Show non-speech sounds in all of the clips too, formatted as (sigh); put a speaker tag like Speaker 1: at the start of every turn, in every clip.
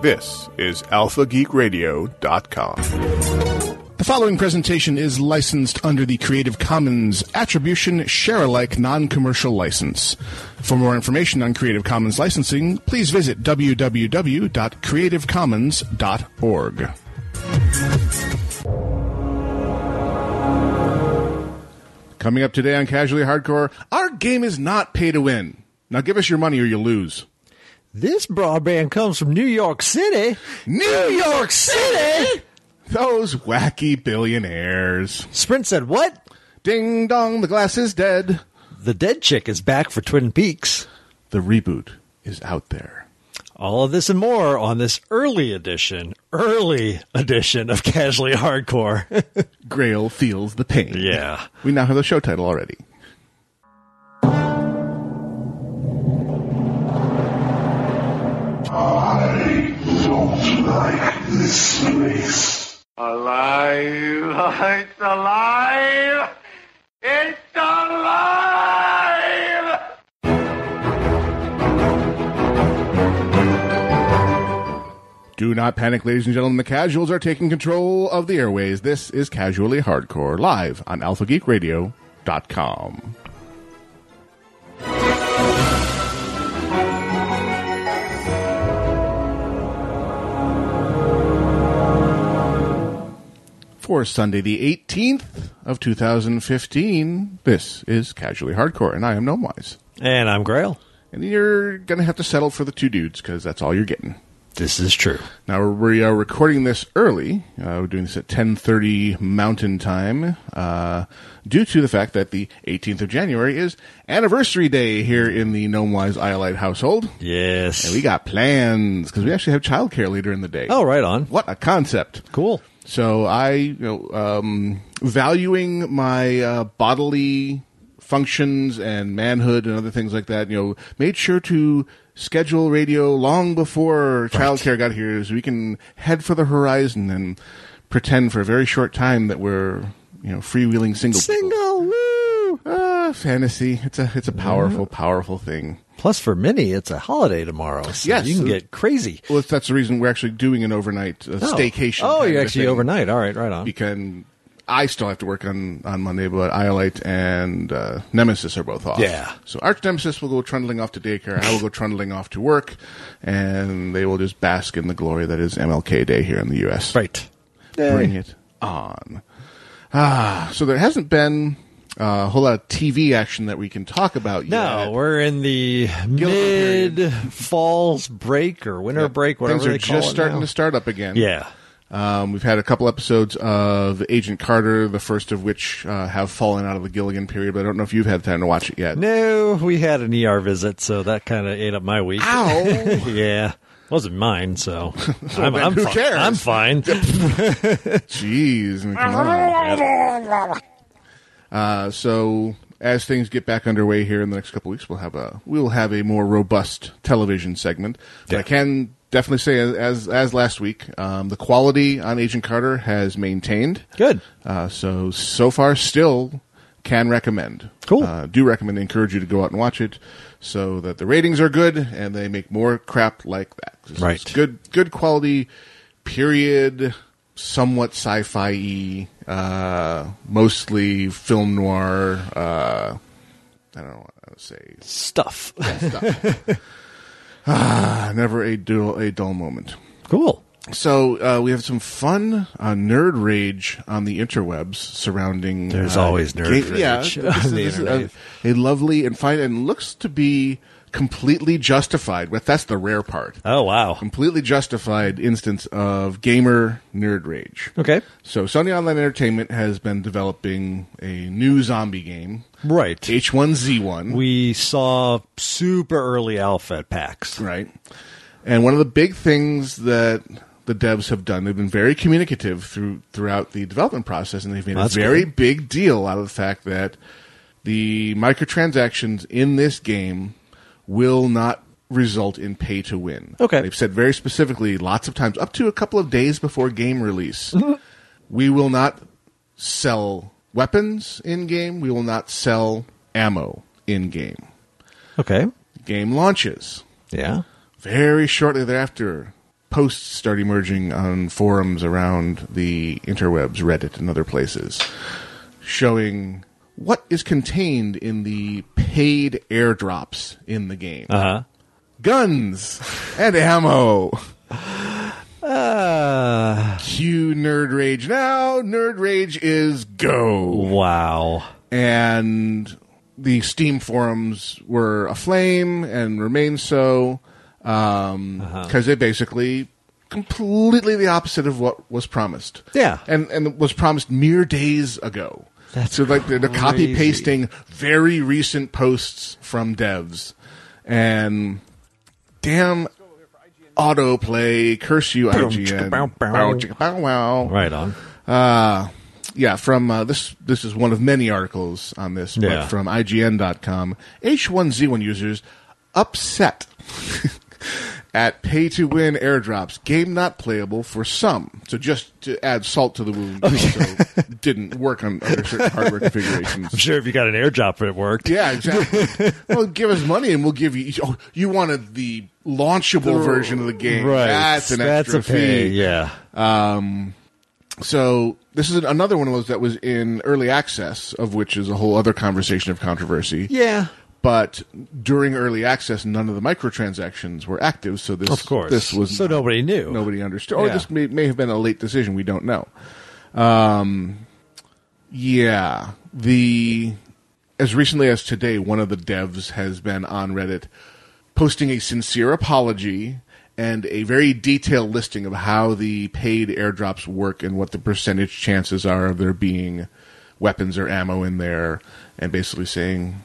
Speaker 1: This is alphageekradio.com. The following presentation is licensed under the Creative Commons Attribution Share Alike Non Commercial License. For more information on Creative Commons licensing, please visit www.creativecommons.org. Coming up today on Casually Hardcore, our game is not pay to win. Now give us your money or you lose.
Speaker 2: This broadband comes from New York City.
Speaker 1: New York City? Those wacky billionaires.
Speaker 2: Sprint said, What?
Speaker 1: Ding dong, the glass is dead.
Speaker 2: The dead chick is back for Twin Peaks.
Speaker 1: The reboot is out there.
Speaker 2: All of this and more on this early edition, early edition of Casually Hardcore. (laughs)
Speaker 1: Grail feels the pain.
Speaker 2: Yeah.
Speaker 1: We now have the show title already.
Speaker 3: I don't like this place.
Speaker 4: Alive! (laughs) It's alive! It's alive!
Speaker 1: Do not panic, ladies and gentlemen. The casuals are taking control of the airways. This is Casually Hardcore, live on alphageekradio.com. For Sunday, the 18th of 2015, this is Casually Hardcore, and I am Gnomewise.
Speaker 2: and I'm Grail.
Speaker 1: And you're going to have to settle for the two dudes, because that's all you're getting.
Speaker 2: This is true.
Speaker 1: Now we are recording this early. Uh, we're doing this at 10:30 Mountain Time, uh, due to the fact that the 18th of January is Anniversary Day here in the Gnome Wise Iolite household.
Speaker 2: Yes.
Speaker 1: We got plans because we actually have childcare later in the day.
Speaker 2: oh, right on.
Speaker 1: what a concept!
Speaker 2: Cool.
Speaker 1: So I, you know, um, valuing my uh, bodily functions and manhood and other things like that, you know, made sure to schedule radio long before childcare got here, so we can head for the horizon and pretend for a very short time that we're, you know, freewheeling single. people.
Speaker 2: Single. Woo!
Speaker 1: Ah, fantasy. It's a it's a powerful, powerful thing.
Speaker 2: Plus, for many, it's a holiday tomorrow. So
Speaker 1: Yes.
Speaker 2: You can get crazy.
Speaker 1: Well, that's the reason we're actually doing an overnight uh,
Speaker 2: Oh.
Speaker 1: staycation.
Speaker 2: Oh,
Speaker 1: kind
Speaker 2: you're
Speaker 1: of
Speaker 2: actually
Speaker 1: thing.
Speaker 2: overnight. All right, right on.
Speaker 1: you can. I still have to work on on Monday, but Iolite and uh, Nemesis are both off.
Speaker 2: Yeah.
Speaker 1: So Arch Nemesis will go trundling off to daycare. I will go trundling off to work, and they will just bask in the glory that is MLK Day here in the U.S.
Speaker 2: right.
Speaker 1: Bring it on. Ah, so there hasn't been uh, a whole lot of TV action that we can talk about
Speaker 2: No,
Speaker 1: yet.
Speaker 2: we're in the
Speaker 1: period.
Speaker 2: mid falls break or winter break, whatever
Speaker 1: Things are
Speaker 2: they call
Speaker 1: just
Speaker 2: it
Speaker 1: starting
Speaker 2: now.
Speaker 1: to start up again.
Speaker 2: Yeah.
Speaker 1: Um, we've had a couple episodes of Agent Carter, the first of which uh, have fallen out of the Gilligan period, but I don't know if you've had time to watch it yet.
Speaker 2: No, we had an ER visit, so that kind of ate up my week.
Speaker 1: Ow!
Speaker 2: (laughs) yeah, wasn't mine,
Speaker 1: (laughs)
Speaker 2: so I'm,
Speaker 1: then
Speaker 2: I'm
Speaker 1: who
Speaker 2: fine.
Speaker 1: cares?
Speaker 2: I'm fine.
Speaker 1: (laughs) Jeez. I mean, come on. Uh, so as things get back underway here in the next couple weeks, we'll have a we will have a more robust television segment. But I can definitely say, as as last week, um, the quality on Agent Carter has maintained.
Speaker 2: Good.
Speaker 1: Uh, so so far, still can recommend.
Speaker 2: Cool.
Speaker 1: Uh, do recommend. Encourage you to go out and watch it, so that the ratings are good and they make more crap like that. So it's
Speaker 2: Right.
Speaker 1: good good quality. Period. Somewhat sci-fi, uh, mostly film noir. Uh, I don't know what I would say.
Speaker 2: Stuff. (laughs)
Speaker 1: Uh, never a dull, a dull moment.
Speaker 2: cool.
Speaker 1: So uh, we have some fun uh, nerd rage on the interwebs surrounding.
Speaker 2: There's
Speaker 1: uh,
Speaker 2: always nerd
Speaker 1: ga-
Speaker 2: (laughs)
Speaker 1: Yeah,
Speaker 2: rage
Speaker 1: this is-
Speaker 2: on the
Speaker 1: this is
Speaker 2: internet.
Speaker 1: A, a lovely and fine, and looks to be completely justified. But that's the rare part.
Speaker 2: Oh wow.
Speaker 1: Completely justified instance of gamer nerd rage.
Speaker 2: Okay.
Speaker 1: So Sony Online Entertainment has been developing a new zombie game,
Speaker 2: Right.
Speaker 1: H1Z1.
Speaker 2: We saw super early alpha at PAX.
Speaker 1: Right. And one of the big things that the devs have done, they've been very communicative through throughout the development process, and they've made
Speaker 2: That's
Speaker 1: a very
Speaker 2: good.
Speaker 1: big deal out of the fact that the microtransactions in this game will not result in pay to win.
Speaker 2: Okay.
Speaker 1: They've said very specifically lots of times, up to a couple of days before game release,
Speaker 2: Mm-hmm.
Speaker 1: we will not sell weapons in game, we will not sell ammo in game.
Speaker 2: Okay.
Speaker 1: Game launches
Speaker 2: Yeah.
Speaker 1: very shortly thereafter, posts start emerging on forums around the interwebs, Reddit, and other places, showing what is contained in the paid airdrops in the game
Speaker 2: Uh-huh.
Speaker 1: guns and ammo.
Speaker 2: Uh,
Speaker 1: Cue Nerd Rage now. Nerd Rage is go.
Speaker 2: wow.
Speaker 1: and the Steam forums were aflame and remain so because
Speaker 2: Uh-huh.
Speaker 1: they basically completely the opposite of what was promised.
Speaker 2: Yeah.
Speaker 1: and and was promised mere days ago.
Speaker 2: That's
Speaker 1: so like they're, copy
Speaker 2: crazy.
Speaker 1: pasting very recent posts from devs and damn autoplay curse you IGN
Speaker 2: chicka, bow, bow.
Speaker 1: Bow, chicka, bow, wow
Speaker 2: Right on.
Speaker 1: Uh, yeah, from uh, this. This is one of many articles on this,
Speaker 2: Yeah.
Speaker 1: but from IGN.com. H1Z1 users upset (laughs) at pay to win airdrops. Game not playable for some. So just to add salt to the wound,
Speaker 2: Oh,
Speaker 1: also didn't work on other certain hardware configurations.
Speaker 2: I'm (laughs) sure if you got an airdrop, it worked.
Speaker 1: Yeah, exactly. well, give us money and we'll give you. Oh, you wanted the launchable version of the game.
Speaker 2: Right.
Speaker 1: That's an extra
Speaker 2: a pay,
Speaker 1: fee.
Speaker 2: Yeah.
Speaker 1: So this is an- another one of those that was in early access, of which is a whole other conversation of controversy.
Speaker 2: Yeah.
Speaker 1: But during early access, none of the microtransactions were active, so this
Speaker 2: Of course.
Speaker 1: this was
Speaker 2: so nobody knew.
Speaker 1: nobody understood, or
Speaker 2: Yeah.
Speaker 1: this may, may have been a late decision. We don't know. Um, yeah, the as recently as today, one of the devs has been on Reddit posting a sincere apology and a very detailed listing of how the paid airdrops work and what the percentage chances are of there being weapons or ammo in there, and basically saying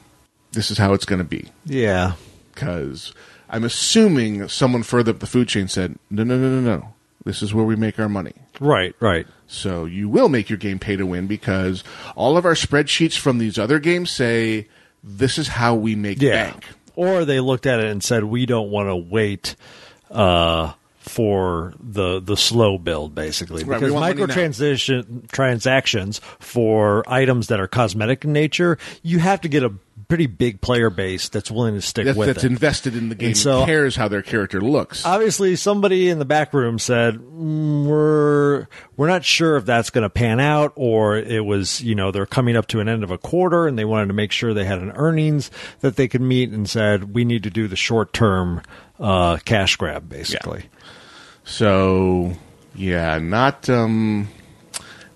Speaker 1: this is how it's going to be
Speaker 2: Yeah.
Speaker 1: because I'm assuming someone further up the food chain said, no, no, no, no, no. This is where we make our money.
Speaker 2: Right. Right.
Speaker 1: So you will make your game pay to win because all of our spreadsheets from these other games say this is how we make
Speaker 2: Yeah.
Speaker 1: bank.
Speaker 2: Or they looked at it and said, "We don't want to wait uh, for the the slow build, basically,
Speaker 1: Right, we
Speaker 2: because
Speaker 1: want money now.
Speaker 2: microtransaction transactions for items that are cosmetic in nature, you have to get a pretty big player base that's willing to stick
Speaker 1: That,
Speaker 2: with
Speaker 1: that's
Speaker 2: it."
Speaker 1: invested in the game.
Speaker 2: And so- Uh,
Speaker 1: and cares how their character looks.
Speaker 2: Obviously, somebody in the back room said "Mm, we're we're not sure if that's going to pan out, or it was you know they're coming up to an end of a quarter and they wanted to make sure they had an earnings that they could meet, and said we need to do the short term uh, cash grab basically.
Speaker 1: so yeah, not um,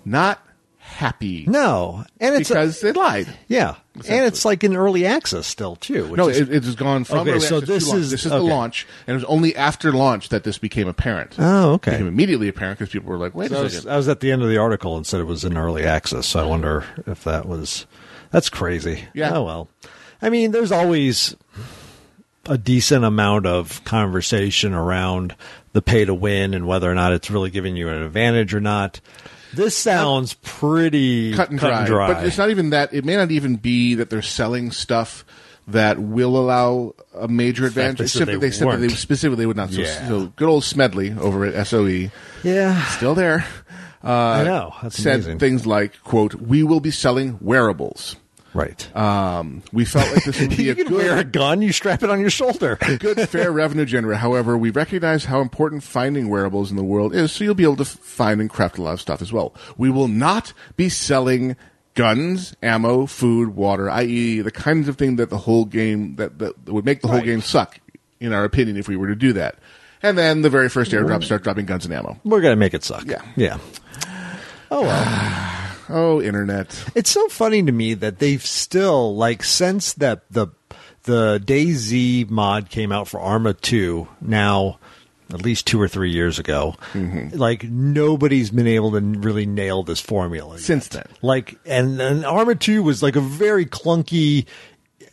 Speaker 1: not happy
Speaker 2: No, and it's
Speaker 1: because they lied.
Speaker 2: yeah, and it's like in early access still too. Which
Speaker 1: No,
Speaker 2: is,
Speaker 1: it, it has gone from
Speaker 2: Okay,
Speaker 1: early
Speaker 2: so
Speaker 1: access to
Speaker 2: this
Speaker 1: launch.
Speaker 2: is-
Speaker 1: this is the
Speaker 2: okay.
Speaker 1: launch, and it was only after launch that this became apparent.
Speaker 2: oh
Speaker 1: It became
Speaker 2: okay.
Speaker 1: immediately apparent because people were like, "Wait
Speaker 2: So I
Speaker 1: a
Speaker 2: was,
Speaker 1: second,
Speaker 2: I was at the end of the article and said it was in early access. So I wonder if that was. That's crazy.
Speaker 1: Yeah.
Speaker 2: Oh well. I mean, there's always a decent amount of conversation around the pay to win and whether or not it's really giving you an advantage or not. This sounds pretty
Speaker 1: Uh, cut, and, dry. But it's not even that. It may not even be that they're selling stuff that will allow a major advantage.
Speaker 2: they
Speaker 1: It's
Speaker 2: said
Speaker 1: simply-
Speaker 2: they
Speaker 1: said that they
Speaker 2: weren't.
Speaker 1: specifically would not. So,
Speaker 2: Yeah.
Speaker 1: so good old Smedley over at SOE,
Speaker 2: yeah,
Speaker 1: still there,
Speaker 2: I know. Oh, That's
Speaker 1: uh, said
Speaker 2: amazing.
Speaker 1: things like, "quote We will be selling wearables."
Speaker 2: right.
Speaker 1: Um, we felt like this would be
Speaker 2: (laughs) you
Speaker 1: a
Speaker 2: can
Speaker 1: good
Speaker 2: wear a gun. You strap it on your shoulder.
Speaker 1: good fair revenue generator. However, we recognize how important finding wearables in the world is, so you'll be able to f- find and craft a lot of stuff as well. We will not be selling guns, ammo, food, water, i.e., the kinds of thing that the whole game that, that would make the whole
Speaker 2: Right.
Speaker 1: game suck, in our opinion, if we were to do that. And then the very first airdrop start dropping guns and ammo.
Speaker 2: We're gonna make it suck.
Speaker 1: Yeah.
Speaker 2: Yeah. Oh well.
Speaker 1: Oh, internet!
Speaker 2: It's so funny to me that they've still like since that the the DayZ mod came out for Arma 2 now at least 2 or 3 years ago
Speaker 1: Mm-hmm.
Speaker 2: like nobody's been able to really nail this formula yet.
Speaker 1: Since then.
Speaker 2: like and and Arma 2 was like a very clunky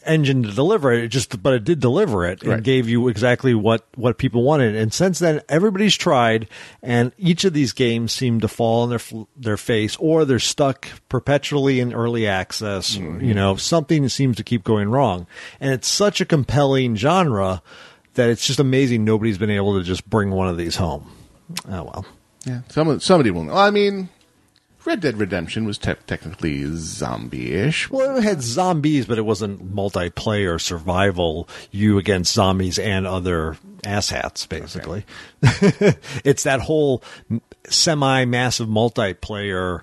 Speaker 2: engine to deliver it. it just but it did deliver it and
Speaker 1: Right.
Speaker 2: gave you exactly what what people wanted and since then everybody's tried and each of these games seem to fall on their fl- their face or they're stuck perpetually in early access or, you know something seems to keep going wrong and it's such a compelling genre that it's just amazing nobody's been able to just bring one of these home oh well
Speaker 1: Yeah, someone, somebody will know. I mean, Red Dead Redemption was te- technically zombie-ish.
Speaker 2: Well, it had zombies, but it wasn't multiplayer survival. You against zombies and other asshats, basically. (laughs) it's that whole semi-massive multiplayer,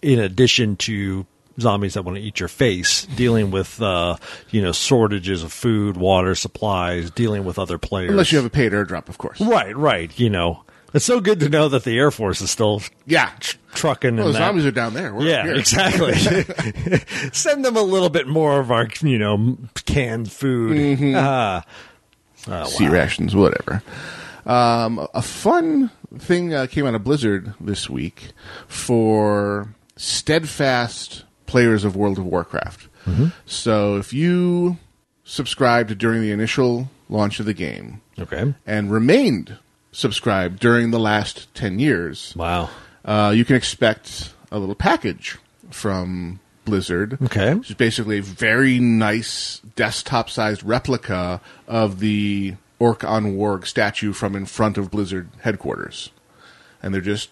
Speaker 2: in addition to zombies that want to eat your face, dealing with uh, you know shortages of food, water supplies, dealing with other players.
Speaker 1: Unless you have a paid airdrop, of course.
Speaker 2: right, right, you know. It's so good to know that the Air Force is still
Speaker 1: Yeah.
Speaker 2: trucking.
Speaker 1: Well,
Speaker 2: and
Speaker 1: the
Speaker 2: that.
Speaker 1: zombies are down there. We're up
Speaker 2: Yeah,
Speaker 1: here.
Speaker 2: exactly.
Speaker 1: (laughs)
Speaker 2: (laughs) Send them a little bit more of our, you know, canned food.
Speaker 1: Mm-hmm.
Speaker 2: Ah.
Speaker 1: sea rations, whatever. Um, a fun thing uh, came out of Blizzard this week for steadfast players of World of Warcraft.
Speaker 2: Mm-hmm.
Speaker 1: So if you subscribed during the initial launch of the game
Speaker 2: okay.
Speaker 1: and remained subscribed during the last 10 years,
Speaker 2: Wow.
Speaker 1: uh, you can expect a little package from Blizzard.
Speaker 2: Okay.
Speaker 1: Which is basically a very nice desktop sized replica of the Orc on Warg statue from in front of Blizzard headquarters. And they're just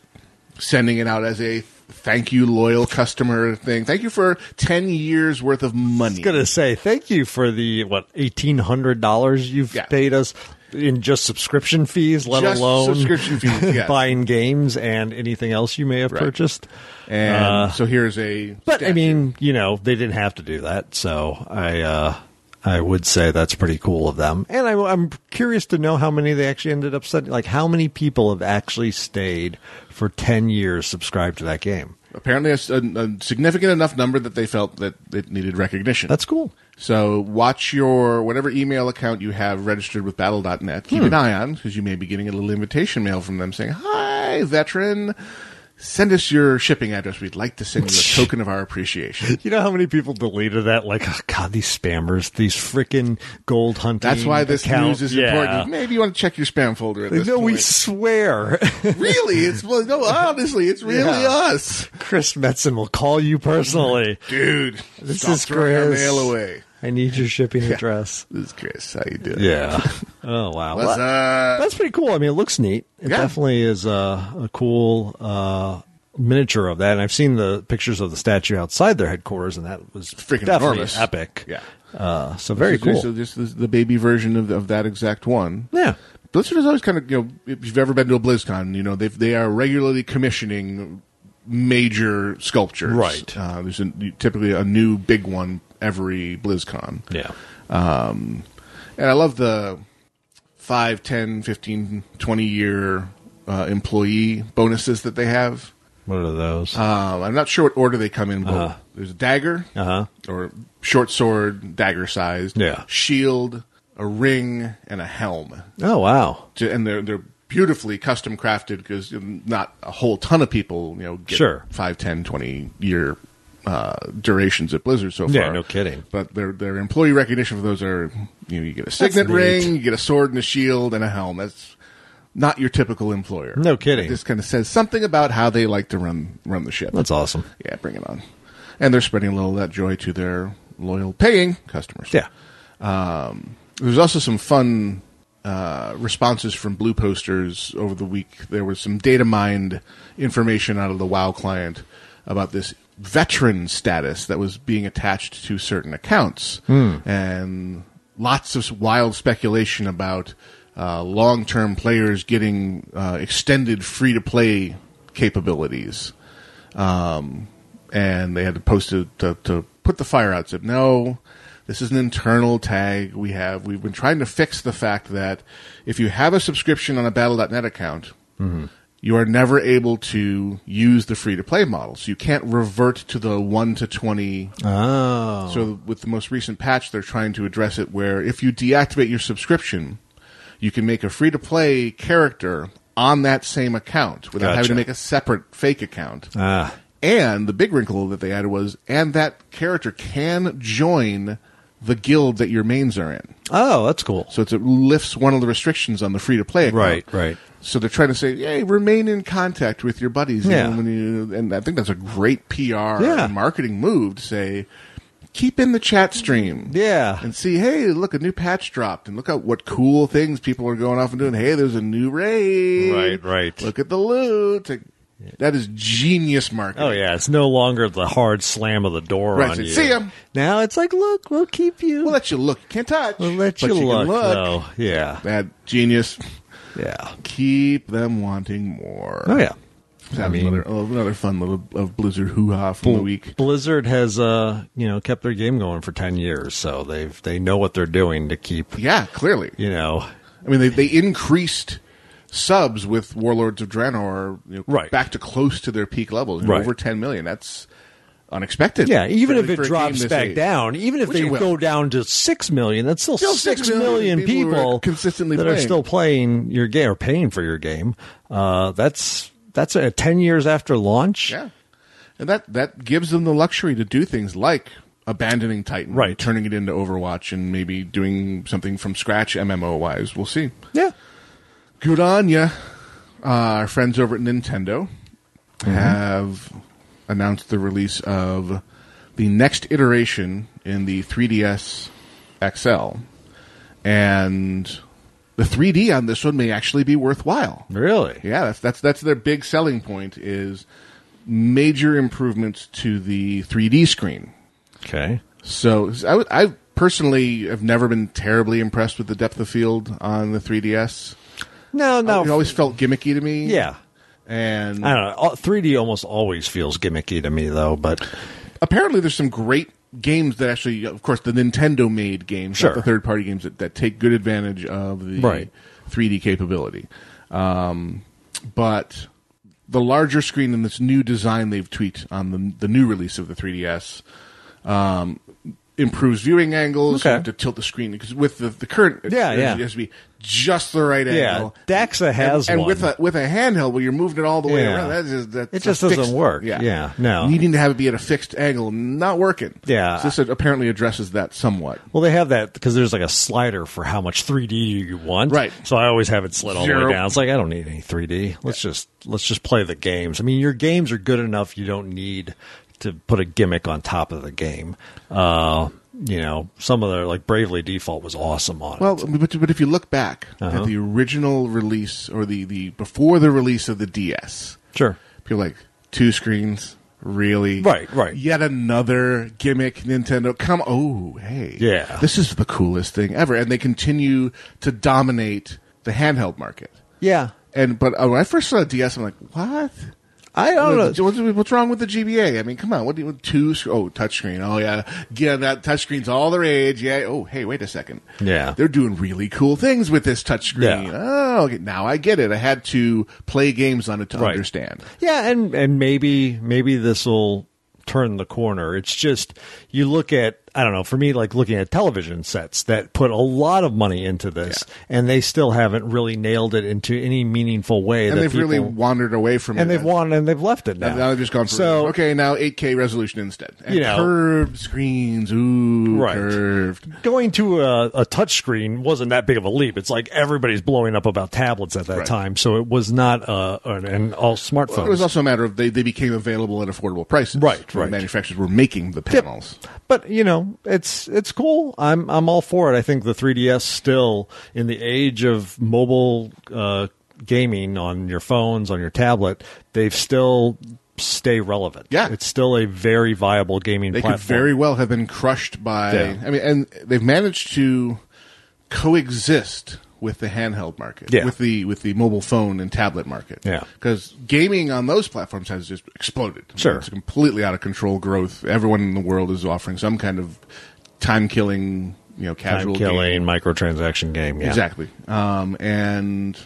Speaker 1: sending it out as a thank you, loyal customer thing. Thank you for 10 years worth of money.
Speaker 2: I was gonna say thank you for the what eighteen hundred dollars you've
Speaker 1: Yeah.
Speaker 2: paid us in just subscription fees, let
Speaker 1: Just
Speaker 2: alone
Speaker 1: subscription
Speaker 2: (laughs)
Speaker 1: fees, yes.
Speaker 2: buying games and anything else you may have
Speaker 1: Right.
Speaker 2: purchased.
Speaker 1: and
Speaker 2: Uh,
Speaker 1: so here's a.
Speaker 2: But I
Speaker 1: statue.
Speaker 2: mean, you know, they didn't have to do that, so I uh, I would say that's pretty cool of them. And I, I'm curious to know how many they actually ended up sending. Like, how many people have actually stayed for ten years subscribed to that game?
Speaker 1: apparently a, s- a- a significant enough number that they felt that it needed recognition.
Speaker 2: That's cool.
Speaker 1: So watch your whatever email account you have registered with Battle.net. Keep
Speaker 2: Hmm.
Speaker 1: an eye on because you may be getting a little invitation mail from them saying, "Hi, veteran." Send us your shipping address. We'd like to send you
Speaker 2: (laughs)
Speaker 1: a token of our appreciation.
Speaker 2: You know how many people deleted that? Like, oh, God, these spammers, these freaking gold hunting.
Speaker 1: That's why this
Speaker 2: account-
Speaker 1: news is
Speaker 2: Yeah.
Speaker 1: important. Maybe you want to check your spam folder. At
Speaker 2: Like,
Speaker 1: this
Speaker 2: no, we
Speaker 1: point.
Speaker 2: swear. (laughs)
Speaker 1: really. It's well, no, honestly, it's really
Speaker 2: Yeah.
Speaker 1: us,
Speaker 2: Chris Metzen will call you personally.
Speaker 1: dude.
Speaker 2: This
Speaker 1: stop
Speaker 2: is
Speaker 1: throwing our
Speaker 2: Chris.
Speaker 1: Mail away.
Speaker 2: I need
Speaker 1: (laughs)
Speaker 2: your shipping address.
Speaker 1: This is Chris. How you doing?
Speaker 2: Yeah.
Speaker 1: (laughs)
Speaker 2: Oh wow.
Speaker 1: What's
Speaker 2: Well,
Speaker 1: up?
Speaker 2: That's pretty cool. I mean, it looks neat. It
Speaker 1: Yeah.
Speaker 2: definitely is a, a cool uh, miniature of that. And I've seen the pictures of the statue outside their headquarters, and that was
Speaker 1: Freaking
Speaker 2: definitely
Speaker 1: enormous.
Speaker 2: epic.
Speaker 1: Yeah.
Speaker 2: Uh, so very
Speaker 1: So-
Speaker 2: cool.
Speaker 1: So this is the baby version of, of that exact one.
Speaker 2: yeah.
Speaker 1: Blizzard is always kind of you know if you've ever been to a BlizzCon, you know they they are regularly commissioning major sculptures.
Speaker 2: Right.
Speaker 1: Uh, there's a, typically a new big one every BlizzCon,
Speaker 2: Yeah.
Speaker 1: and I love the 5, 10, 15, 20 year uh, employee bonuses that they have.
Speaker 2: What are those?
Speaker 1: Um, I'm not sure what order they come in, but there's a dagger,
Speaker 2: Uh-huh.
Speaker 1: or short sword, dagger sized,
Speaker 2: Yeah.
Speaker 1: shield, a ring, and a helm.
Speaker 2: oh wow.
Speaker 1: to, and they're they're beautifully custom crafted because not a whole ton of people you know get
Speaker 2: Sure.
Speaker 1: 5 10 20 year uh, durations at Blizzard so far.
Speaker 2: Yeah, no kidding.
Speaker 1: But their their employee recognition for those are you know you get a signet
Speaker 2: neat.
Speaker 1: ring, you get a sword and a shield and a helm. That's not your typical employer.
Speaker 2: No kidding.
Speaker 1: This kind of says something about how they like to run run the ship.
Speaker 2: That's awesome.
Speaker 1: yeah, bring it on. And they're spreading a little of that joy to their loyal paying customers.
Speaker 2: Yeah.
Speaker 1: There's also some fun uh, responses from Blue Posters over the week. There was some data mined information out of the WoW client about this veteran status that was being attached to certain accounts, and lots of wild speculation about uh, long-term players getting uh, extended free-to-play capabilities and they had to post it to, to put the fire out. Said no, this is an internal tag we have. We've been trying to fix the fact that if you have a subscription on a Battle.net account,
Speaker 2: Mm-hmm.
Speaker 1: you are never able to use the free to play model. So you can't revert to the one to twenty
Speaker 2: Oh.
Speaker 1: so with the most recent patch, they're trying to address it where if you deactivate your subscription, you can make a free to play character on that same account without having
Speaker 2: Gotcha.
Speaker 1: to make a separate fake account.
Speaker 2: Ah.
Speaker 1: And the big wrinkle that they added was, and that character can join the guild that your mains are in.
Speaker 2: Oh, that's cool.
Speaker 1: So it's, it lifts one of the restrictions on the free to play account.
Speaker 2: Right, right.
Speaker 1: So they're trying to say, hey, remain in contact with your buddies.
Speaker 2: Yeah.
Speaker 1: And, when you, and I think that's a great PR
Speaker 2: Yeah.
Speaker 1: and marketing move to say, keep in the chat stream.
Speaker 2: Yeah.
Speaker 1: And see, hey, look, a new patch dropped, and look at what cool things people are going off and doing. Hey, there's a new raid.
Speaker 2: Right, right.
Speaker 1: Look at the loot. Like, That is genius marketing.
Speaker 2: Oh yeah, it's no longer the hard slam of the door
Speaker 1: Right,
Speaker 2: on
Speaker 1: so
Speaker 2: you.
Speaker 1: see 'em.
Speaker 2: Now it's like, look, we'll keep you.
Speaker 1: We'll let you look. You can't touch.
Speaker 2: We'll let
Speaker 1: but
Speaker 2: you, look,
Speaker 1: Can look.
Speaker 2: though. Yeah,
Speaker 1: That genius.
Speaker 2: yeah.
Speaker 1: Keep them wanting more.
Speaker 2: Oh yeah.
Speaker 1: That was
Speaker 2: mean-
Speaker 1: another, oh, another fun little of Blizzard hoo ha from the week.
Speaker 2: Blizzard has uh you know kept their game going for ten years, so they've they know what they're doing to keep
Speaker 1: Yeah, clearly.
Speaker 2: you know
Speaker 1: I mean, they, they increased subs with Warlords of Draenor you know,
Speaker 2: Right.
Speaker 1: back to close to their peak levels, you know,
Speaker 2: Right.
Speaker 1: over 10 million. That's unexpected.
Speaker 2: yeah even
Speaker 1: For-
Speaker 2: if it
Speaker 1: for a game
Speaker 2: drops
Speaker 1: this
Speaker 2: back
Speaker 1: age.
Speaker 2: down even if
Speaker 1: Which
Speaker 2: they
Speaker 1: it will.
Speaker 2: go down to six million that's still,
Speaker 1: Still
Speaker 2: six
Speaker 1: 6 million
Speaker 2: million
Speaker 1: people who
Speaker 2: people,
Speaker 1: are consistently
Speaker 2: that are
Speaker 1: playing.
Speaker 2: still playing your game or paying for your game uh that's that's a ten years after launch
Speaker 1: Yeah. And that, that gives them the luxury to do things like abandoning Titan,
Speaker 2: Right.
Speaker 1: turning it into Overwatch, and maybe doing something from scratch MMO wise. We'll see.
Speaker 2: yeah
Speaker 1: Good on ya. Uh, our friends over at Nintendo have announced the release of the next iteration in the 3DS XL. And the 3D on this one may actually be worthwhile.
Speaker 2: really
Speaker 1: Yeah, that's that's that's their big selling point is major improvements to the 3D screen.
Speaker 2: okay
Speaker 1: So I, would- I personally have never been terribly impressed with the depth of field on the 3DS.
Speaker 2: no
Speaker 1: It
Speaker 2: no
Speaker 1: always felt gimmicky to me.
Speaker 2: yeah
Speaker 1: And
Speaker 2: I don't know. All- 3D almost always feels gimmicky to me, though. But
Speaker 1: apparently there's some great games that actually of course the Nintendo made games,
Speaker 2: Sure.
Speaker 1: not the third party games that, that take good advantage of the
Speaker 2: Right.
Speaker 1: 3D capability. Um, but the larger screen and this new design they've tweaked on the the new release of the 3DS um, improves viewing angles.
Speaker 2: Okay.
Speaker 1: You have to tilt the screen because with the, the current
Speaker 2: Yeah, yeah.
Speaker 1: it has to be just the right
Speaker 2: Yeah,
Speaker 1: angle.
Speaker 2: Daxa has
Speaker 1: and, and
Speaker 2: one.
Speaker 1: with a with a handheld where you're moving it all the way
Speaker 2: Yeah.
Speaker 1: around. That is that
Speaker 2: It just doesn't work. Yeah, no.
Speaker 1: Needing to have it be at a fixed angle, not working.
Speaker 2: Yeah.
Speaker 1: So this apparently addresses that somewhat.
Speaker 2: Well, they have that because there's like a slider for how much 3D you want.
Speaker 1: Right.
Speaker 2: So I always have it slid all the
Speaker 1: Zero.
Speaker 2: way down. It's like I don't need any 3D. Let's just let's just play the games. I mean, your games are good enough. You don't need to put a gimmick on top of the game. Uh, you know, some of the like Bravely Default was awesome on
Speaker 1: Well,
Speaker 2: it.
Speaker 1: but, but if you look back
Speaker 2: Uh-huh.
Speaker 1: at the original release or the, the before the release of the DS,
Speaker 2: Sure.
Speaker 1: people were like two screens, really?
Speaker 2: Right, right.
Speaker 1: Yet another gimmick, Nintendo. Come, oh hey,
Speaker 2: Yeah.
Speaker 1: this is the coolest thing ever, and they continue to dominate the handheld market.
Speaker 2: Yeah.
Speaker 1: And but uh, when I first saw the DS, I'm like, what?
Speaker 2: I don't know.
Speaker 1: What's, what's- what's wrong with the GBA? I mean, come on. What do you two? sc- Oh, touchscreen. Oh yeah, yeah. That touchscreen's all the rage. Yeah. Oh, hey, wait a second.
Speaker 2: Yeah.
Speaker 1: they're doing really cool things with this touchscreen.
Speaker 2: Yeah.
Speaker 1: Oh, okay, now I get it. I had to play games on it to
Speaker 2: Right.
Speaker 1: understand.
Speaker 2: Yeah, and and maybe maybe this will turn the corner. It's just you look at I don't know, for me like looking at television sets that put a lot of money into this and they still haven't really nailed it into any meaningful way
Speaker 1: And
Speaker 2: that
Speaker 1: they've really
Speaker 2: people-
Speaker 1: wandered away from it.
Speaker 2: and they've won and they've left it now.
Speaker 1: And now they've just gone for
Speaker 2: so
Speaker 1: okay. Now 8K resolution instead. And
Speaker 2: You know-
Speaker 1: curved screens. Ooh,
Speaker 2: Right.
Speaker 1: curved.
Speaker 2: going to a, a touchscreen wasn't that big of a leap. It's like everybody's blowing up about tablets at that
Speaker 1: Right.
Speaker 2: time, so it was not uh, an, an all smartphones.
Speaker 1: It was also a matter of they, they became available at affordable prices.
Speaker 2: Right,
Speaker 1: The
Speaker 2: right.
Speaker 1: manufacturers were making the panels.
Speaker 2: but you know it's it's cool i'm i'm all for it i think the 3ds still in the age of mobile uh gaming on your phones on your tablet they've still stay relevant
Speaker 1: Yeah.
Speaker 2: it's still a very viable gaming
Speaker 1: they
Speaker 2: platform
Speaker 1: could very well have been crushed by
Speaker 2: Yeah.
Speaker 1: i mean and they've managed to coexist with the handheld market
Speaker 2: Yeah.
Speaker 1: with the with the mobile phone and tablet market
Speaker 2: Yeah.
Speaker 1: because gaming on those platforms has just exploded I mean,
Speaker 2: Sure.
Speaker 1: it's completely out of control growth everyone in the world is offering some kind of time killing you know
Speaker 2: time
Speaker 1: casual game.
Speaker 2: killing microtransaction game yeah
Speaker 1: exactly um, and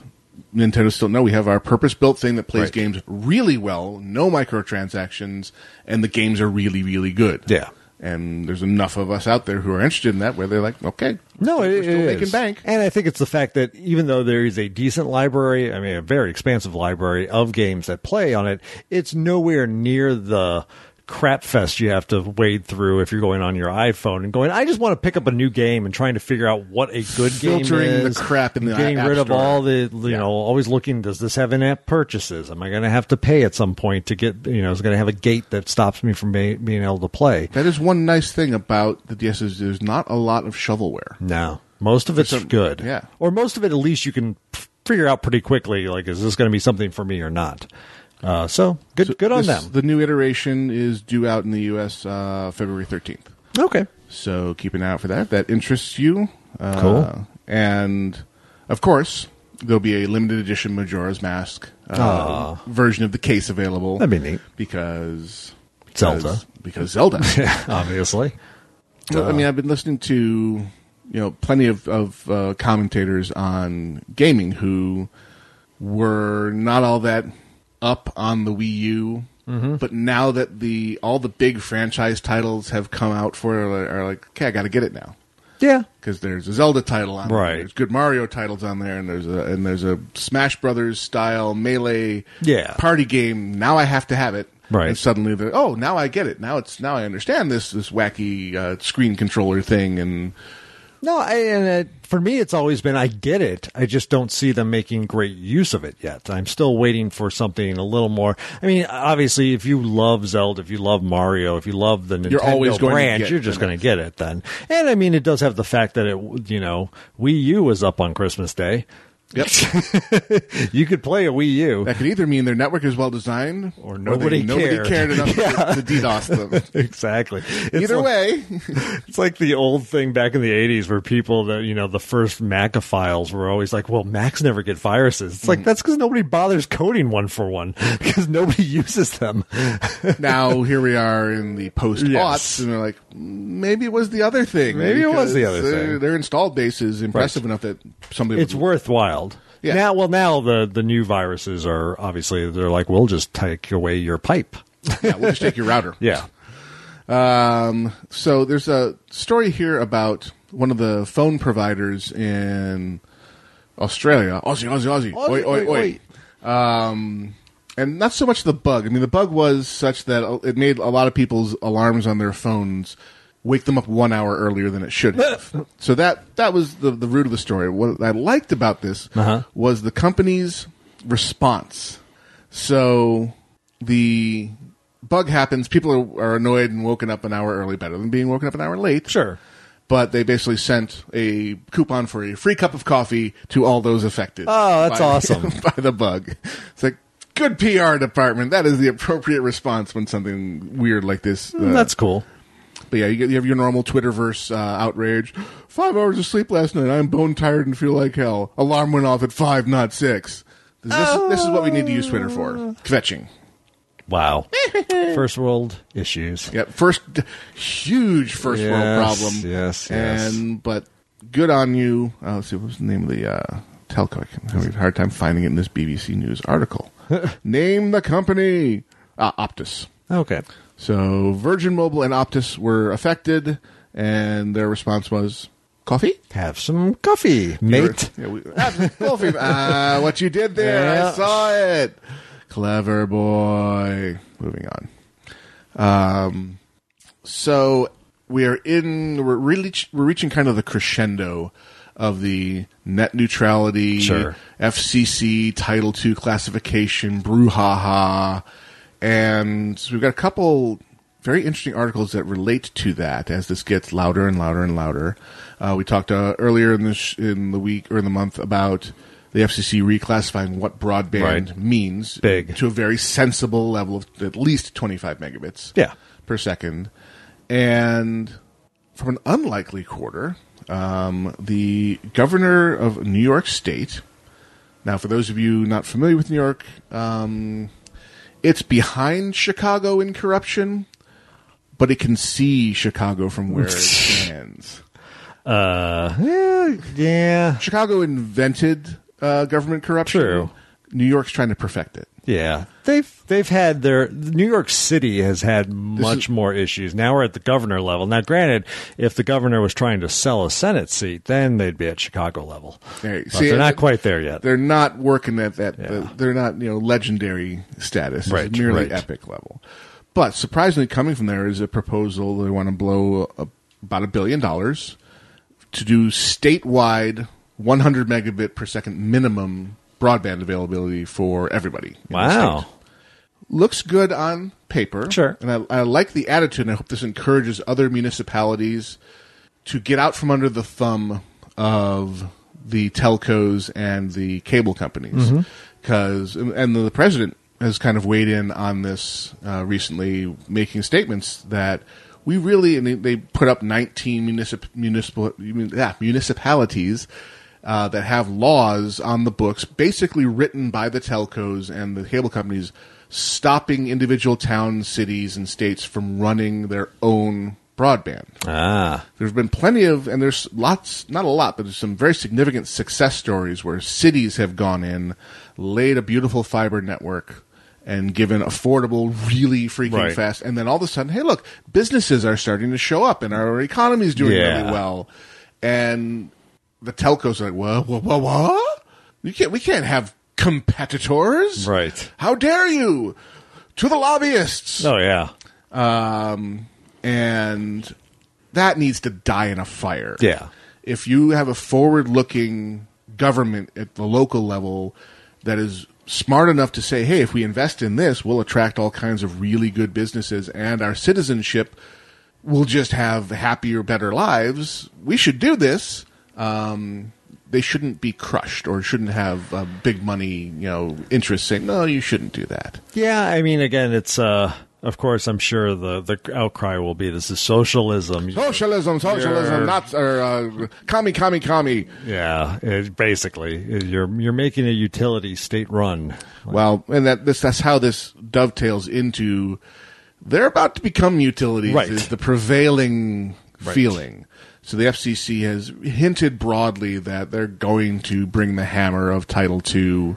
Speaker 1: Nintendo still no. We have our purpose-built thing that plays
Speaker 2: Right.
Speaker 1: games really well, no microtransactions, and the games are really, really good.
Speaker 2: Yeah.
Speaker 1: and there's enough of us out there who are interested in that where they're like, okay,
Speaker 2: No, it,
Speaker 1: we're still
Speaker 2: it
Speaker 1: making
Speaker 2: is.
Speaker 1: bank.
Speaker 2: And I think it's the fact that even though there is a decent library, I mean, a very expansive library of games that play on it, it's nowhere near the crap fest you have to wade through if you're going on your iPhone and going, I just want to pick up a new game and trying to figure out what a good game is.
Speaker 1: Filtering the crap in
Speaker 2: and
Speaker 1: the
Speaker 2: Getting
Speaker 1: app
Speaker 2: rid of
Speaker 1: store.
Speaker 2: all the, you know, always looking, does this have in-app purchases? Am I going to have to pay at some point to get, you know, is it going to have a gate that stops me from be- being able to play?
Speaker 1: That is one nice thing about the DS is there's not a lot of shovelware.
Speaker 2: No, most of it's
Speaker 1: Some-
Speaker 2: good.
Speaker 1: yeah.
Speaker 2: or most of it at least you can f- figure out pretty quickly. Like, is this going to be something for me or not? Uh, so good, good on
Speaker 1: This-
Speaker 2: them.
Speaker 1: The new iteration is due out in the U.S. Uh, February 13th.
Speaker 2: Okay,
Speaker 1: So keep an eye out for that. If That interests you. Uh,
Speaker 2: Cool.
Speaker 1: And of course, there'll be a limited edition Majora's Mask uh, version of the case available.
Speaker 2: That'd be neat.
Speaker 1: Because, because
Speaker 2: Zelda.
Speaker 1: Because
Speaker 2: (laughs)
Speaker 1: Zelda.
Speaker 2: obviously.
Speaker 1: I mean, I've been listening to you know plenty of of uh, commentators on gaming who were not all that up on the Wii U,
Speaker 2: Mm-hmm.
Speaker 1: but now that the all the big franchise titles have come out for it, are like, okay, I got to get it now
Speaker 2: Yeah,
Speaker 1: because there's a Zelda title on
Speaker 2: Right.
Speaker 1: there, there's good Mario titles on there, and there's a and there's a Smash Brothers style melee
Speaker 2: Yeah.
Speaker 1: party game. Now I have to have it.
Speaker 2: Right.
Speaker 1: And suddenly they're oh now I get it now it's now I understand this this wacky uh, screen controller thing and
Speaker 2: no, I, and it, for me, it's always been I get it. I just don't see them making great use of it yet. I'm still waiting for something a little more. I mean, obviously, if you love Zelda, if you love Mario, if you love the Nintendo
Speaker 1: You're always going to
Speaker 2: branch,
Speaker 1: get
Speaker 2: you're just
Speaker 1: the
Speaker 2: going to get it then. And I mean, it does have the fact that it, you know, Wii U was up on Christmas Day. (laughs)
Speaker 1: yep
Speaker 2: You could play a Wii U. (laughs)
Speaker 1: that could either mean their network is well designed
Speaker 2: Or
Speaker 1: they-
Speaker 2: nobody cared.
Speaker 1: nobody cared
Speaker 2: (laughs)
Speaker 1: enough to, to DDoS them
Speaker 2: exactly. (laughs) It's
Speaker 1: either
Speaker 2: like- (laughs)
Speaker 1: way
Speaker 2: it's like the old thing back in the '80s where people that you know the first Macophiles were always like, "Well, Macs never get viruses." It's
Speaker 1: Mm.
Speaker 2: like that's because nobody bothers coding one for one (laughs) because nobody uses them.
Speaker 1: now here we are in the post aughts
Speaker 2: Yes.
Speaker 1: and they're like maybe it was the other thing
Speaker 2: Maybe it was the
Speaker 1: because
Speaker 2: other
Speaker 1: their-
Speaker 2: thing.
Speaker 1: their installed base is impressive enough that somebody
Speaker 2: It's
Speaker 1: would
Speaker 2: worthwhile.
Speaker 1: Yeah.
Speaker 2: Now, well, now the the new viruses are obviously they're like, "We'll just take away your pipe."
Speaker 1: yeah, we'll just take your router.
Speaker 2: Yeah.
Speaker 1: Um, so there's a story here about one of the phone providers in Australia. Aussie, Aussie, Aussie. Oi, oi, oi. Um, and not so much the bug. I mean, the bug was such that it made a lot of people's alarms on their phones wake them up one hour earlier than it should have. so that that was the the root of the story. What I liked about this
Speaker 2: Uh-huh.
Speaker 1: was the company's response. So the bug happens. People are, are annoyed and woken up an hour early, better than being woken up an hour late.
Speaker 2: Sure.
Speaker 1: But they basically sent a coupon for a free cup of coffee to all those affected.
Speaker 2: Oh, that's
Speaker 1: by-
Speaker 2: awesome.
Speaker 1: (laughs) by the bug. It's like good PR department. That is the appropriate response when something weird like this. uh,
Speaker 2: Mm, that's cool.
Speaker 1: but yeah, you, get, you have your normal Twitterverse uh, outrage. Five hours of sleep last night. I'm bone tired and feel like hell. Alarm went off at five, not six. This, this is what we need to use Twitter
Speaker 2: Ah.
Speaker 1: for. Kvetching. (laughs)
Speaker 2: Wow. First world issues.
Speaker 1: Yep. First, huge first
Speaker 2: Yes,
Speaker 1: world problem.
Speaker 2: yes, yes.
Speaker 1: And but good on you. Uh, let's see what was the name of the uh, telco. I'm having a hard time finding it in this BBC News
Speaker 2: (laughs)
Speaker 1: article. name the company. Uh, Optus.
Speaker 2: Okay.
Speaker 1: So Virgin Mobile and Optus were affected, and their response was coffee.
Speaker 2: Have some coffee, mate.
Speaker 1: Yeah, we, (laughs) coffee. Ah, what you did there,
Speaker 2: Yeah.
Speaker 1: I saw it. Clever boy. Moving on. Um, so we are in. We're really we're reaching kind of the crescendo of the net neutrality,
Speaker 2: Sure.
Speaker 1: FCC Title II classification brouhaha, and so we've got a couple very interesting articles that relate to that as this gets louder and louder and louder. Uh, we talked uh, earlier in the sh- in the week or in the month about the FCC reclassifying what broadband
Speaker 2: Right.
Speaker 1: means
Speaker 2: Big.
Speaker 1: to a very sensible level of at least 25 megabits
Speaker 2: Yeah.
Speaker 1: per second. And from an unlikely quarter, um, the governor of New York State. Now, for those of you not familiar with New York, um, it's behind Chicago in corruption, but it can see Chicago from
Speaker 2: (laughs)
Speaker 1: where it stands.
Speaker 2: Uh, yeah, yeah,
Speaker 1: Chicago invented uh, government corruption.
Speaker 2: True.
Speaker 1: New York's trying to perfect it.
Speaker 2: yeah. They've they've had their New York City has had much more issues. Now we're at the governor level. Now, granted, if the governor was trying to sell a Senate seat, then they'd be at Chicago level.
Speaker 1: There you-
Speaker 2: But
Speaker 1: see,
Speaker 2: they're not
Speaker 1: it-
Speaker 2: quite there yet.
Speaker 1: they're not working at that.
Speaker 2: Yeah.
Speaker 1: the- they're not you know legendary status.
Speaker 2: Right,
Speaker 1: it's merely
Speaker 2: right.
Speaker 1: epic level. But surprisingly, coming from there is a proposal they want to blow a, about a billion dollars to do statewide 100 megabit per second minimum broadband availability for everybody. in the state
Speaker 2: Wow.
Speaker 1: looks good on paper.
Speaker 2: Sure.
Speaker 1: And I, I like the attitude, and I hope this encourages other municipalities to get out from under the thumb of the telcos and the cable companies. Because, and the president has kind of weighed in on this uh, recently, making statements that we really and they, they put up 19 municip- municipal yeah, municipalities uh, that have laws on the books, basically written by the telcos and the cable companies, stopping individual towns, cities, and states from running their own broadband
Speaker 2: Ah,
Speaker 1: there's been plenty of, and there's lots, not a lot, but there's some very significant success stories where cities have gone in, laid a beautiful fiber network, and given affordable, really freaking
Speaker 2: Right.
Speaker 1: fast. And then all of a sudden, hey, look, businesses are starting to show up, and our economy's doing really
Speaker 2: Yeah.
Speaker 1: well. And the telcos are like, what, what, what, what? You can't, we can't have competitors.
Speaker 2: Right.
Speaker 1: How dare you? To the lobbyists
Speaker 2: oh yeah,
Speaker 1: um, and that needs to die in a fire.
Speaker 2: Yeah.
Speaker 1: If you have a forward-looking government at the local level that is smart enough to say, "Hey, if we invest in this, we'll attract all kinds of really good businesses, and our citizenship will just have happier, better lives," we should do this. Um, they shouldn't be crushed or shouldn't have uh, big money, you know, interests saying, "No, you shouldn't do that."
Speaker 2: yeah. I mean, again, it's uh, of course, I'm sure the the outcry will be this is socialism.
Speaker 1: Socialism, socialism,
Speaker 2: Yeah.
Speaker 1: not or uh, commie, commie, commie.
Speaker 2: Yeah, it, basically, you're you're making a utility state run.
Speaker 1: Well, and that this that's how this dovetails into. They're about to become utilities.
Speaker 2: Right.
Speaker 1: Is the prevailing
Speaker 2: Right.
Speaker 1: feeling. So the FCC has hinted broadly that they're going to bring the hammer of Title II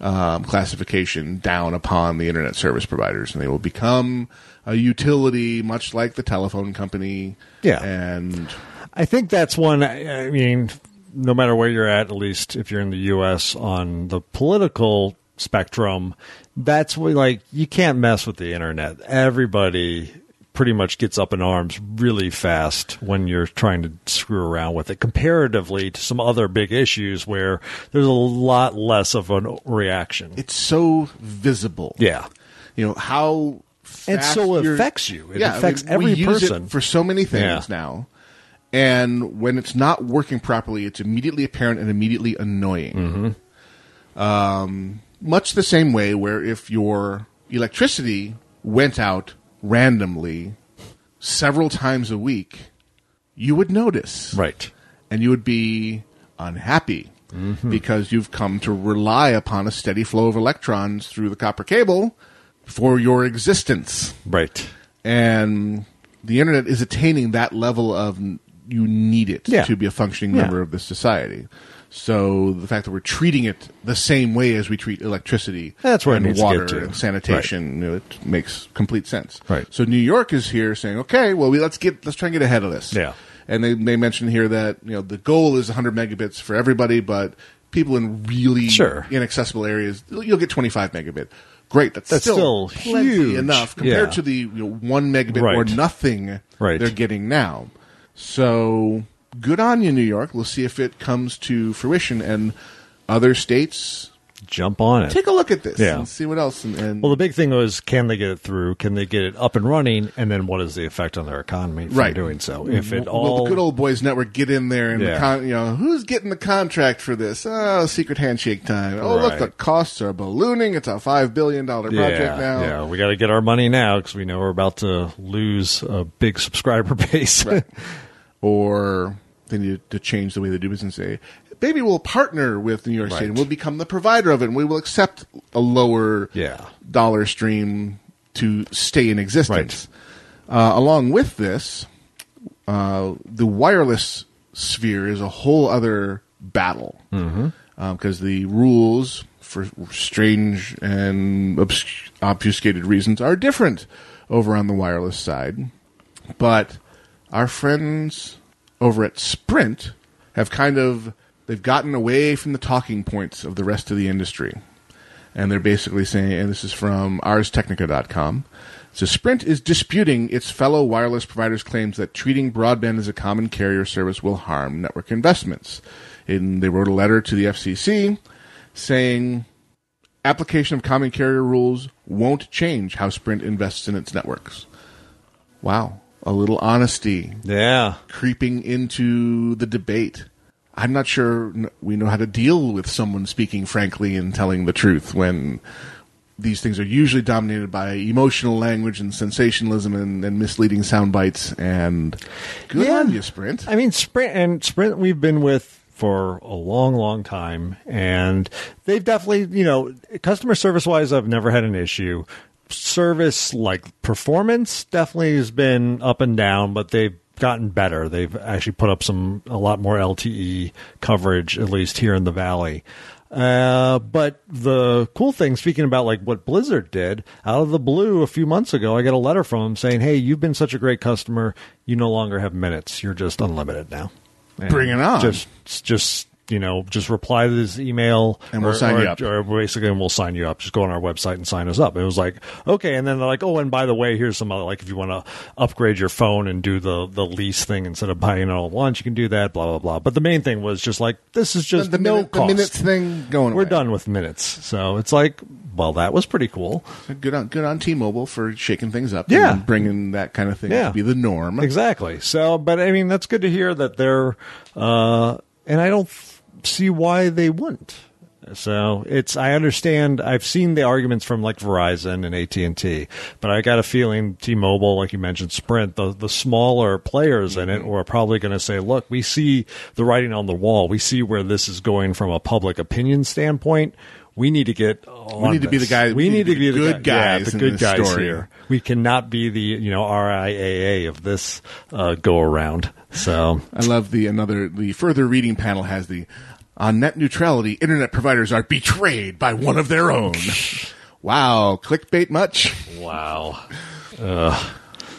Speaker 1: um, classification down upon the internet service providers, and they will become a utility, much like the telephone company.
Speaker 2: Yeah.
Speaker 1: and
Speaker 2: I think that's one. I I mean, no matter where you're at, at least if you're in the U.S. on the political spectrum, that's what, like you can't mess with the internet. Everybody pretty much gets up in arms really fast when you're trying to screw around with it comparatively to some other big issues where there's a lot less of a reaction.
Speaker 1: it's so visible.
Speaker 2: yeah.
Speaker 1: you know how
Speaker 2: And
Speaker 1: fast
Speaker 2: so it
Speaker 1: you're-
Speaker 2: affects you. It
Speaker 1: I
Speaker 2: affects
Speaker 1: mean,
Speaker 2: every
Speaker 1: we use it
Speaker 2: person.
Speaker 1: for so many things
Speaker 2: Yeah.
Speaker 1: now and when it's not working properly it's immediately apparent and immediately annoying um, much the same way where if your electricity went out randomly several times a week you would notice
Speaker 2: Right.
Speaker 1: and you would be unhappy because you've come to rely upon a steady flow of electrons through the copper cable for your existence.
Speaker 2: Right.
Speaker 1: And the internet is attaining that level of n- you need it
Speaker 2: Yeah.
Speaker 1: to be a functioning
Speaker 2: Yeah.
Speaker 1: member of this society. So the fact that we're treating it the same way as we treat electricity
Speaker 2: That's where it
Speaker 1: and
Speaker 2: needs to get
Speaker 1: water
Speaker 2: to.
Speaker 1: and sanitation, you know, it makes complete sense.
Speaker 2: Right.
Speaker 1: So New York is here saying, okay, well, we, let's get let's try and get ahead of this.
Speaker 2: Yeah.
Speaker 1: And they, they mentioned here that you know the goal is 100 megabits for everybody, but people in really
Speaker 2: Sure.
Speaker 1: inaccessible areas, you'll get 25 megabit. Great, that's,
Speaker 2: That's still
Speaker 1: plenty
Speaker 2: huge.
Speaker 1: enough compared
Speaker 2: Yeah.
Speaker 1: to the you know, one megabit
Speaker 2: Right.
Speaker 1: or nothing
Speaker 2: Right.
Speaker 1: they're getting now. So good on you, New York. We'll see if it comes to fruition and other states
Speaker 2: Jump on it.
Speaker 1: take a look at this
Speaker 2: Yeah.
Speaker 1: and see what else. And, and
Speaker 2: Well, the big thing was can they get it through? Can they get it up and running? And then what is the effect on their economy from
Speaker 1: Right.
Speaker 2: doing so? If it
Speaker 1: Will
Speaker 2: all
Speaker 1: the good old boys network get in there and
Speaker 2: Yeah.
Speaker 1: the con- you know who's getting the contract for this? Oh, secret handshake time. Oh, look,
Speaker 2: Right.
Speaker 1: the costs are ballooning. It's a five billion dollar
Speaker 2: yeah,
Speaker 1: project now.
Speaker 2: yeah, we got to get our money now because we know we're about to lose a big subscriber (laughs) base.
Speaker 1: or they need to change the way they do business. and Say, maybe we'll partner with New York State and we'll become the provider of it, and we will accept a lower
Speaker 2: Yeah.
Speaker 1: dollar stream to stay in existence. Uh, along with this, uh, the wireless sphere is a whole other battle because the rules, for strange and obs- obfuscated reasons, are different over on the wireless side. But our friends over at Sprint have kind of they've gotten away from the talking points of the rest of the industry and they're basically saying, and this is from arstechnica.com. So Sprint is disputing its fellow wireless providers' claims that treating broadband as a common carrier service will harm network investments. And they wrote a letter to the FCC saying application of common carrier rules won't change how Sprint invests in its networks. Wow, a little honesty
Speaker 2: yeah,
Speaker 1: creeping into the debate. I'm not sure n- we know how to deal with someone speaking frankly and telling the truth when these things are usually dominated by emotional language and sensationalism and, and misleading sound bites. And good
Speaker 2: Yeah.
Speaker 1: on you, Sprint.
Speaker 2: I mean, Sprint and Sprint we've been with for a long, long time, and they've definitely, you know, customer service wise, I've never had an issue. Service like performance definitely has been up and down, but they've gotten better. They've actually put up some a lot more LTE coverage, at least here in the valley. Uh, but the cool thing, speaking about like what Blizzard did, out of the blue a few months ago, I got a letter from them saying, "Hey, you've been such a great customer. You no longer have minutes. You're just unlimited now. And
Speaker 1: Bring it on.
Speaker 2: Just, just you know, just reply to this email,
Speaker 1: And we'll sign
Speaker 2: or,
Speaker 1: you up.
Speaker 2: or basically, and we'll sign you up. Just go on our website and sign us up. It was like, okay, and then they're like, oh, and by the way, here's some other like if you want to upgrade your phone and do the the lease thing instead of buying it all at once, you can do that. Blah blah blah. But the main thing was just like this is just
Speaker 1: The,
Speaker 2: no
Speaker 1: minute, the
Speaker 2: cost.
Speaker 1: minutes thing going
Speaker 2: We're
Speaker 1: away.
Speaker 2: done with minutes. So it's like, well, that was pretty cool.
Speaker 1: Good on good on T-Mobile for shaking things up.
Speaker 2: Yeah.
Speaker 1: and bringing that kind of thing
Speaker 2: Yeah.
Speaker 1: to be the norm.
Speaker 2: Exactly. So, but I mean, that's good to hear that they're, uh, and I don't f- see why they wouldn't. So it's I understand I've seen the arguments from like Verizon and AT and T, but I got a feeling T-Mobile, like you mentioned, Sprint, the the smaller players in it were probably going to say, look, we see the writing on the wall, we see where this is going from a public opinion standpoint. We need to get. on
Speaker 1: need to be
Speaker 2: this.
Speaker 1: the guy-
Speaker 2: We, need, to be the
Speaker 1: good
Speaker 2: guy- yeah,
Speaker 1: guys
Speaker 2: the
Speaker 1: in
Speaker 2: good
Speaker 1: this
Speaker 2: guys
Speaker 1: story.
Speaker 2: here we cannot be the you know RIAA of this uh, go around. So
Speaker 1: I love the another the further reading panel has the on net neutrality internet providers are betrayed by one of their own. wow, clickbait much?
Speaker 2: wow,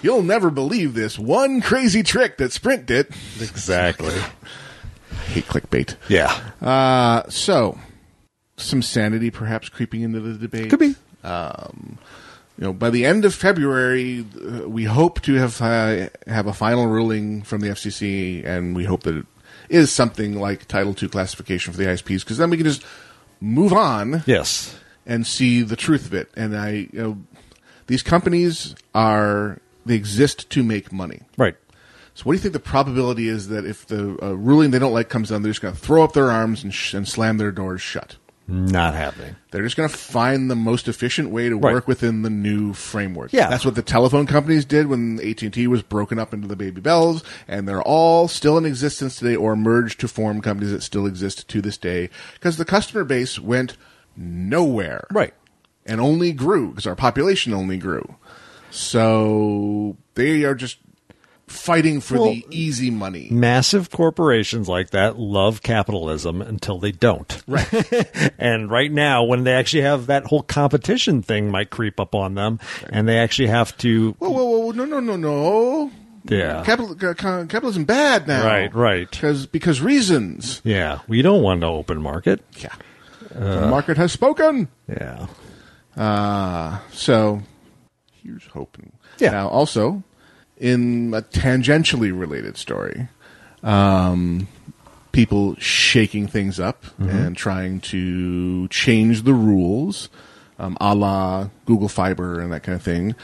Speaker 1: You'll never believe this one crazy trick that Sprint did.
Speaker 2: exactly.
Speaker 1: Hate clickbait.
Speaker 2: Yeah,
Speaker 1: Uh so some sanity perhaps creeping into the debate. Um,
Speaker 2: could be.
Speaker 1: you know, by the end of February, uh, we hope to have uh, have a final ruling from the FCC, and we hope that it is something like Title II classification for the ISPs, because then we can just move on
Speaker 2: Yes,
Speaker 1: and see the truth of it. And I, you know, these companies are they exist to make money.
Speaker 2: right.
Speaker 1: So, what do you think the probability is that if the uh, ruling they don't like comes down, they're just going to throw up their arms and, sh- and slam their doors shut?
Speaker 2: Not happening.
Speaker 1: They're just going to find the most efficient way to
Speaker 2: Right.
Speaker 1: work within the new framework.
Speaker 2: Yeah.
Speaker 1: that's what the telephone companies did when AT and T was broken up into the Baby Bells, and they're all still in existence today, or merged to form companies that still exist to this day, because the customer base went nowhere,
Speaker 2: Right.
Speaker 1: and only grew because our population only grew. So they are just fighting for
Speaker 2: Well,
Speaker 1: the easy money.
Speaker 2: Massive corporations like that love capitalism until they don't. Right. (laughs) and right now, when they actually have that whole competition thing, might creep up on them, and they actually have to.
Speaker 1: Whoa, whoa, whoa! No, no, no, no!
Speaker 2: Yeah.
Speaker 1: Capital, ca- ca- capitalism bad now.
Speaker 2: Right, right.
Speaker 1: Because because reasons.
Speaker 2: Yeah, we don't want an open market.
Speaker 1: Yeah.
Speaker 2: Uh.
Speaker 1: the market has spoken.
Speaker 2: Yeah.
Speaker 1: Uh, so here's hoping.
Speaker 2: Yeah.
Speaker 1: Now, also, in a tangentially related story, um, people shaking things up and trying to change the rules, um, a la Google Fiber and that kind of thing.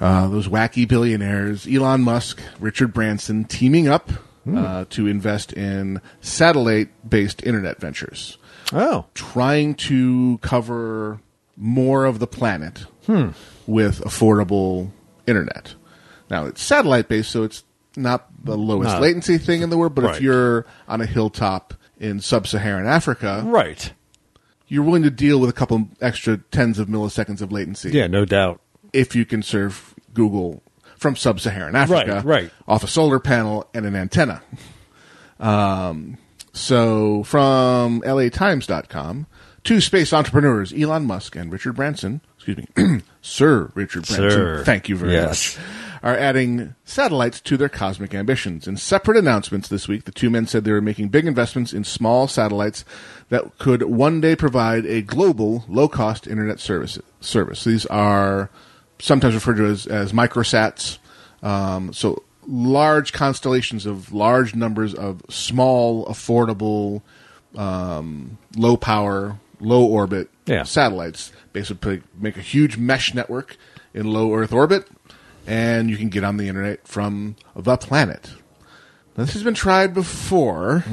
Speaker 1: Uh, those wacky billionaires, Elon Musk, Richard Branson, teaming up uh, to invest in satellite based internet ventures
Speaker 2: Oh.
Speaker 1: trying to cover more of the planet
Speaker 2: Hmm.
Speaker 1: with affordable internet. Now it's satellite based, so it's not the lowest
Speaker 2: Not-
Speaker 1: latency thing in the world. But
Speaker 2: Right.
Speaker 1: if you're on a hilltop in sub-Saharan Africa,
Speaker 2: Right.
Speaker 1: you're willing to deal with a couple extra tens of milliseconds of latency
Speaker 2: Yeah, no doubt.
Speaker 1: if you can serve Google from sub-Saharan Africa,
Speaker 2: Right, right.
Speaker 1: off a solar panel and an antenna. Um, so from LATimes.com, two space entrepreneurs, Elon Musk and Richard Branson, excuse me, (clears throat) Sir Richard Branson,
Speaker 2: Sir.
Speaker 1: thank you very
Speaker 2: Yes.
Speaker 1: much, are adding satellites to their cosmic ambitions. In separate announcements this week, the two men said they were making big investments in small satellites that could one day provide a global, low cost internet service. service. These are sometimes referred to as, as microsats. Um, so large constellations of large numbers of small, affordable, um, low power, low orbit
Speaker 2: Yeah.
Speaker 1: satellites. Basically, make a huge mesh network in low Earth orbit, and you can get on the internet from the planet. Now, this has been tried before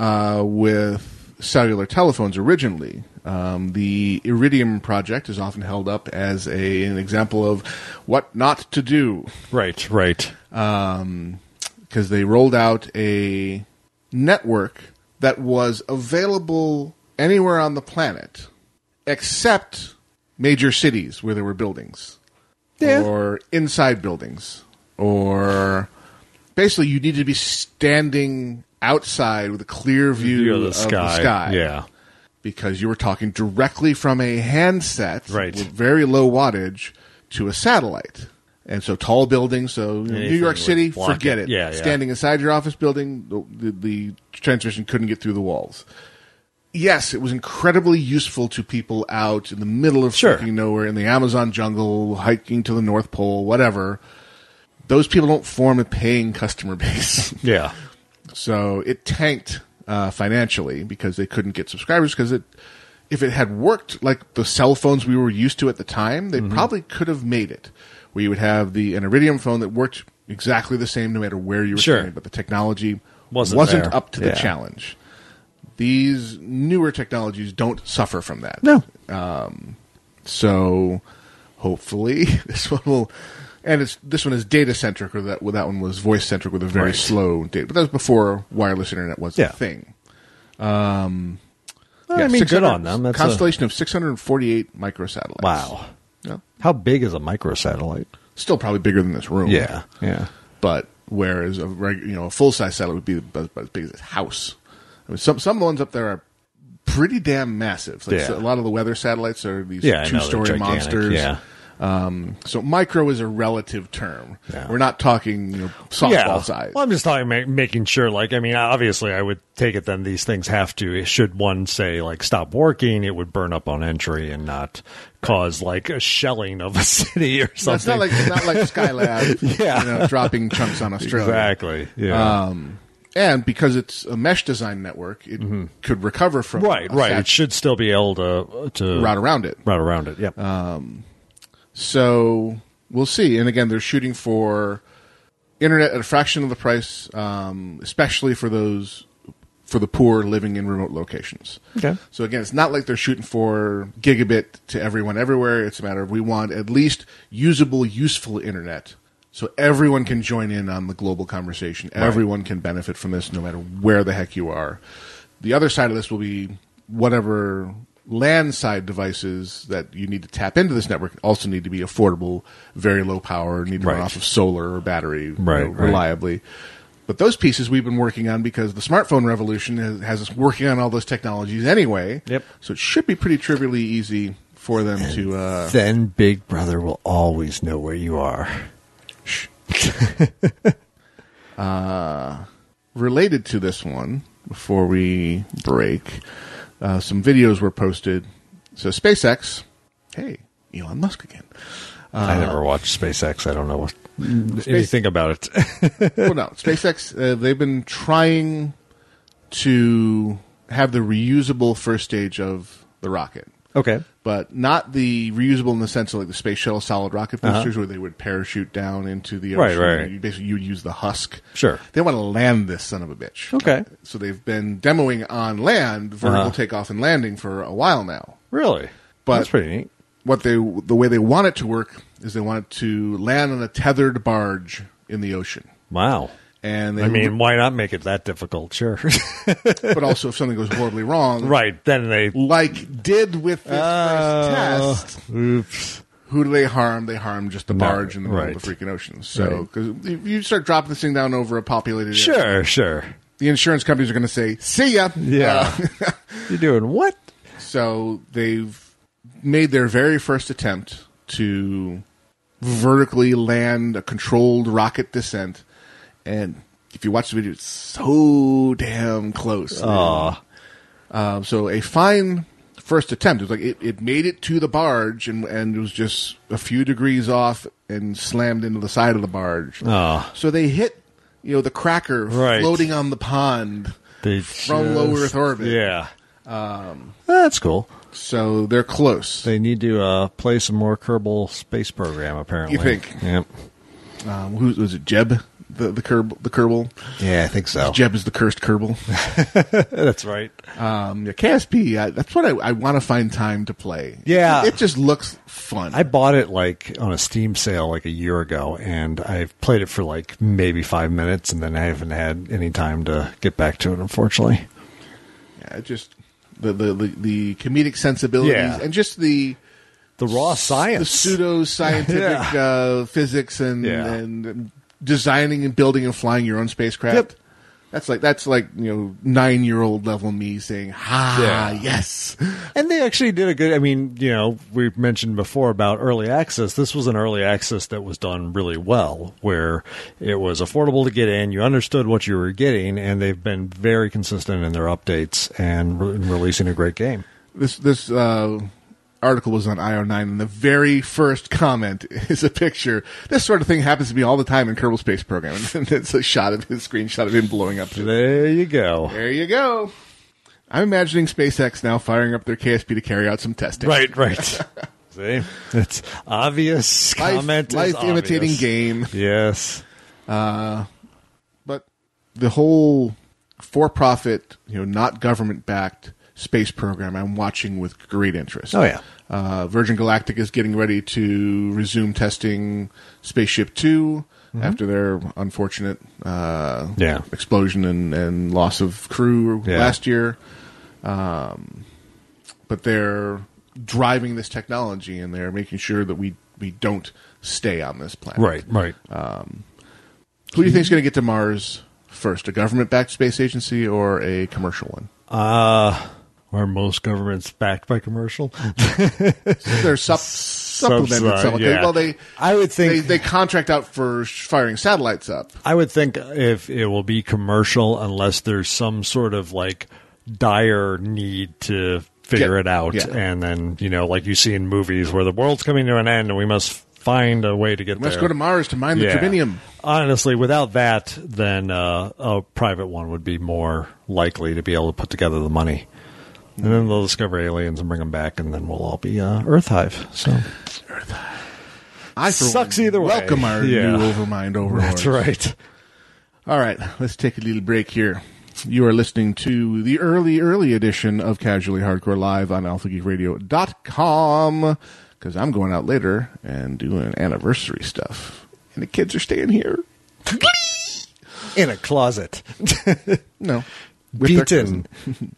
Speaker 1: uh, with cellular telephones originally. Um, the Iridium project is often held up as a, an example of what not to do
Speaker 2: Right, right.
Speaker 1: because Um, they rolled out a network that was available anywhere on the planet except major cities where there were buildings
Speaker 2: Yeah.
Speaker 1: or inside buildings or basically you need to be standing outside with a clear view,
Speaker 2: View
Speaker 1: of the sky,
Speaker 2: Yeah.
Speaker 1: because you were talking directly from a handset
Speaker 2: Right.
Speaker 1: with very low wattage to a satellite. And so tall buildings, so you know, New
Speaker 2: Anything
Speaker 1: York
Speaker 2: would
Speaker 1: City,
Speaker 2: block
Speaker 1: forget
Speaker 2: it.
Speaker 1: it.
Speaker 2: Yeah, yeah.
Speaker 1: Standing inside your office building, the, the, the transmission couldn't get through the walls. Yes, it was incredibly useful to people out in the middle of
Speaker 2: Sure.
Speaker 1: fucking nowhere in the Amazon jungle, hiking to the North Pole, whatever. Those people don't form a paying customer (laughs) base.
Speaker 2: Yeah.
Speaker 1: So it tanked uh, financially because they couldn't get subscribers. Because it, if it had worked like the cell phones we were used to at the time,
Speaker 2: Mm-hmm.
Speaker 1: they probably could have made it where you would have the an Iridium phone that worked exactly the same no matter where you were
Speaker 2: Sure.
Speaker 1: standing, but the technology
Speaker 2: Wasn't
Speaker 1: wasn't,
Speaker 2: there.
Speaker 1: up to
Speaker 2: Yeah.
Speaker 1: the challenge. These newer technologies don't suffer from that.
Speaker 2: No.
Speaker 1: So hopefully (laughs) this one will. And it's this one is data centric, or that well, that one was voice centric with a very
Speaker 2: Right.
Speaker 1: slow data. But that was before wireless internet was
Speaker 2: Yeah.
Speaker 1: a thing.
Speaker 2: Well,
Speaker 1: Yeah,
Speaker 2: I mean, good
Speaker 1: 600
Speaker 2: on them. That's a-
Speaker 1: constellation of 648 microsatellites.
Speaker 2: wow.
Speaker 1: Yeah.
Speaker 2: How big is a microsatellite?
Speaker 1: Still probably bigger than this room.
Speaker 2: Yeah.
Speaker 1: But whereas a reg, you know a full size satellite would be about, about as big as this house. I mean, some some of the ones up there are pretty damn massive. Like,
Speaker 2: Yeah.
Speaker 1: so A lot of the weather satellites are these
Speaker 2: Yeah. I know,
Speaker 1: two
Speaker 2: they're
Speaker 1: story
Speaker 2: gigantic.
Speaker 1: monsters. Um,
Speaker 2: Yeah.
Speaker 1: So micro is a relative term.
Speaker 2: Yeah.
Speaker 1: We're not talking you know, softball size.
Speaker 2: Well, I'm just talking, ma- making sure. Like, I mean, obviously, I would take it. Then these things have to. eh, Should one say like stop working, it would burn up on entry and not cause like a shelling of a (laughs) city or
Speaker 1: So it's
Speaker 2: something.
Speaker 1: not like it's not
Speaker 2: (laughs)
Speaker 1: like Skylab,
Speaker 2: Yeah.
Speaker 1: you know, dropping chunks on Australia.
Speaker 2: exactly. Yeah.
Speaker 1: And because it's a mesh design network, it could recover from
Speaker 2: Mm-hmm. right.
Speaker 1: a
Speaker 2: Right.
Speaker 1: sat-
Speaker 2: It should still be able to uh, to
Speaker 1: route around it.
Speaker 2: route around it. Yeah.
Speaker 1: So we'll see. And again, they're shooting for internet at a fraction of the price, um, especially for those for the poor living in remote locations.
Speaker 2: Okay.
Speaker 1: So again, it's not like they're shooting for gigabit to everyone everywhere. It's a matter of we want at least usable, useful internet. So everyone can join in on the global conversation. Everyone can benefit from this no matter where the heck you are. The other side of this will be whatever land side devices that you need to tap into this network also need to be affordable, very low power, need to
Speaker 2: Right.
Speaker 1: run off of solar or battery
Speaker 2: Right,
Speaker 1: know,
Speaker 2: right.
Speaker 1: reliably. But those pieces we've been working on because the smartphone revolution has, has us working on all those technologies anyway.
Speaker 2: Yep.
Speaker 1: So it should be pretty trivially easy for them to. Uh,
Speaker 2: then Big Brother will always know where you are.
Speaker 1: related to this one, before we break, uh, some videos were posted. So SpaceX, hey, Elon Musk
Speaker 2: (laughs)
Speaker 1: again.
Speaker 2: I never watched SpaceX. I don't know what, anything about it. (laughs)
Speaker 1: well, no, SpaceX. Uh, they've been trying to have the reusable first stage of the rocket.
Speaker 2: okay.
Speaker 1: but not the reusable in the sense of like the space shuttle solid rocket boosters where they would parachute down into the
Speaker 2: Uh-huh. Right,
Speaker 1: ocean.
Speaker 2: right.
Speaker 1: You basically, you'd use the husk.
Speaker 2: Sure.
Speaker 1: They want to land this son of a bitch.
Speaker 2: Okay.
Speaker 1: So they've been demoing on land, vertical
Speaker 2: Uh-huh.
Speaker 1: takeoff and landing for a while now.
Speaker 2: Really?
Speaker 1: But-
Speaker 2: That's pretty neat.
Speaker 1: What they, the way they want it to work is they want it to land on a tethered barge in the ocean.
Speaker 2: Wow.
Speaker 1: And they,
Speaker 2: I mean, why not make it that difficult? Sure.
Speaker 1: (laughs) but also if something goes horribly wrong,
Speaker 2: (laughs) right. Then they.
Speaker 1: Like did with this
Speaker 2: Oh,
Speaker 1: first test,
Speaker 2: Oops.
Speaker 1: who do they harm? They harm just the
Speaker 2: No,
Speaker 1: barge in the middle of the
Speaker 2: right.
Speaker 1: freaking ocean. So, because if you start dropping this thing down over a populated area,
Speaker 2: Sure, sure.
Speaker 1: the insurance companies are going to say, "See ya."
Speaker 2: Yeah.
Speaker 1: (laughs)
Speaker 2: You're doing what?
Speaker 1: Uh, so they've made their very first attempt to vertically land a controlled rocket descent, and if you watch the video, it's so damn close.
Speaker 2: Aw.
Speaker 1: Um, so a fine first attempt. It was like it, it made it to the barge and and it was just a few degrees off and slammed into the side of the barge.
Speaker 2: Ah.
Speaker 1: So they hit you know the cracker
Speaker 2: Right.
Speaker 1: floating on the pond.
Speaker 2: They
Speaker 1: From low Earth orbit. Um,
Speaker 2: Yeah. That's cool.
Speaker 1: So they're close.
Speaker 2: They need to uh, play some more Kerbal Space Program, apparently.
Speaker 1: You think?
Speaker 2: Yep.
Speaker 1: um, who was it? Jeb the the Kerb, the Kerbal.
Speaker 2: Yeah, I think so.
Speaker 1: Jeb is the cursed
Speaker 2: (laughs)
Speaker 1: Kerbal.
Speaker 2: That's right.
Speaker 1: Um, yeah, KSP. I, that's what I, I want to find time to play.
Speaker 2: Yeah.
Speaker 1: it, just looks fun.
Speaker 2: I bought it like on a Steam sale like a year ago, and I've played it for like maybe five minutes, and then I haven't had any time to get back to it, unfortunately.
Speaker 1: yeah, it just the, the the the comedic sensibilities
Speaker 2: Yeah.
Speaker 1: and just the
Speaker 2: The raw
Speaker 1: the
Speaker 2: science.
Speaker 1: pseudo scientific
Speaker 2: (laughs) Yeah.
Speaker 1: uh, physics and,
Speaker 2: Yeah.
Speaker 1: and designing and building and flying your own spacecraft.
Speaker 2: Yep.
Speaker 1: That's like that's like you know nine year old level me saying ha
Speaker 2: Yeah.
Speaker 1: yes
Speaker 2: And they actually did a good. I mean, you know, we mentioned before about early access. This was an early access that was done really well, where it was affordable to get in. You understood what you were getting, and they've been very consistent in their updates and re- releasing a great game.
Speaker 1: this this uh, article was on IO9, and the very first comment (laughs) is a picture. This sort of thing happens to me all the time in Kerbal Space Program, (laughs) and it's a shot of his screenshot of him blowing up.
Speaker 2: There you go.
Speaker 1: There you go. I'm imagining SpaceX now firing up their KSP to carry out some testing.
Speaker 2: Right, right.
Speaker 1: (laughs)
Speaker 2: See, it's obvious.
Speaker 1: Life,
Speaker 2: Comment
Speaker 1: life
Speaker 2: is obvious.
Speaker 1: imitating game,
Speaker 2: Yes.
Speaker 1: but the whole for-profit, you know, not government-backed space program I'm watching with great interest.
Speaker 2: Oh yeah.
Speaker 1: Uh, Virgin Galactic is getting ready to resume testing Spaceship 2 after their unfortunate uh,
Speaker 2: Mm-hmm. Yeah.
Speaker 1: explosion and, and loss of crew
Speaker 2: Yeah.
Speaker 1: last year. Um, but they're driving this technology and they're making sure that we, we don't stay on this planet.
Speaker 2: Right, right.
Speaker 1: Uh, Who do you think is going to get to Mars first, a government backed space agency or a commercial one?
Speaker 2: Uh, are most governments backed by
Speaker 1: (laughs)
Speaker 2: commercial?
Speaker 1: They're sup- supplemented.
Speaker 2: Subsidized,
Speaker 1: somewhat. They-
Speaker 2: uh, yeah.
Speaker 1: Well, they.
Speaker 2: I would
Speaker 1: They,
Speaker 2: think
Speaker 1: they contract out for sh- firing satellites up.
Speaker 2: I would think if it will be commercial, unless there's some sort of like dire need to figure
Speaker 1: Yeah.
Speaker 2: it out,
Speaker 1: Yeah.
Speaker 2: and then you know, like you see in movies where the world's coming to an end, and we must find a way to get
Speaker 1: We must
Speaker 2: there.
Speaker 1: go to Mars to mine the
Speaker 2: Yeah.
Speaker 1: germanium.
Speaker 2: Honestly, without that, then uh, a private one would be more likely to be able to put together the money. And then they'll discover aliens and bring them back, and then we'll all be uh, Earth Hive. So
Speaker 1: I for
Speaker 2: Sucks
Speaker 1: one,
Speaker 2: either way.
Speaker 1: Welcome our
Speaker 2: Yeah.
Speaker 1: new Overmind overlords.
Speaker 2: that's right.
Speaker 1: All right, let's take a little break here. You are listening to the early, early edition of Casually Hardcore Live on AlphaGeekRadio.com because I'm going out later and doing anniversary stuff, and the kids are staying here.
Speaker 2: In a closet,
Speaker 1: No, with their
Speaker 2: beaten.
Speaker 1: cousin. (laughs)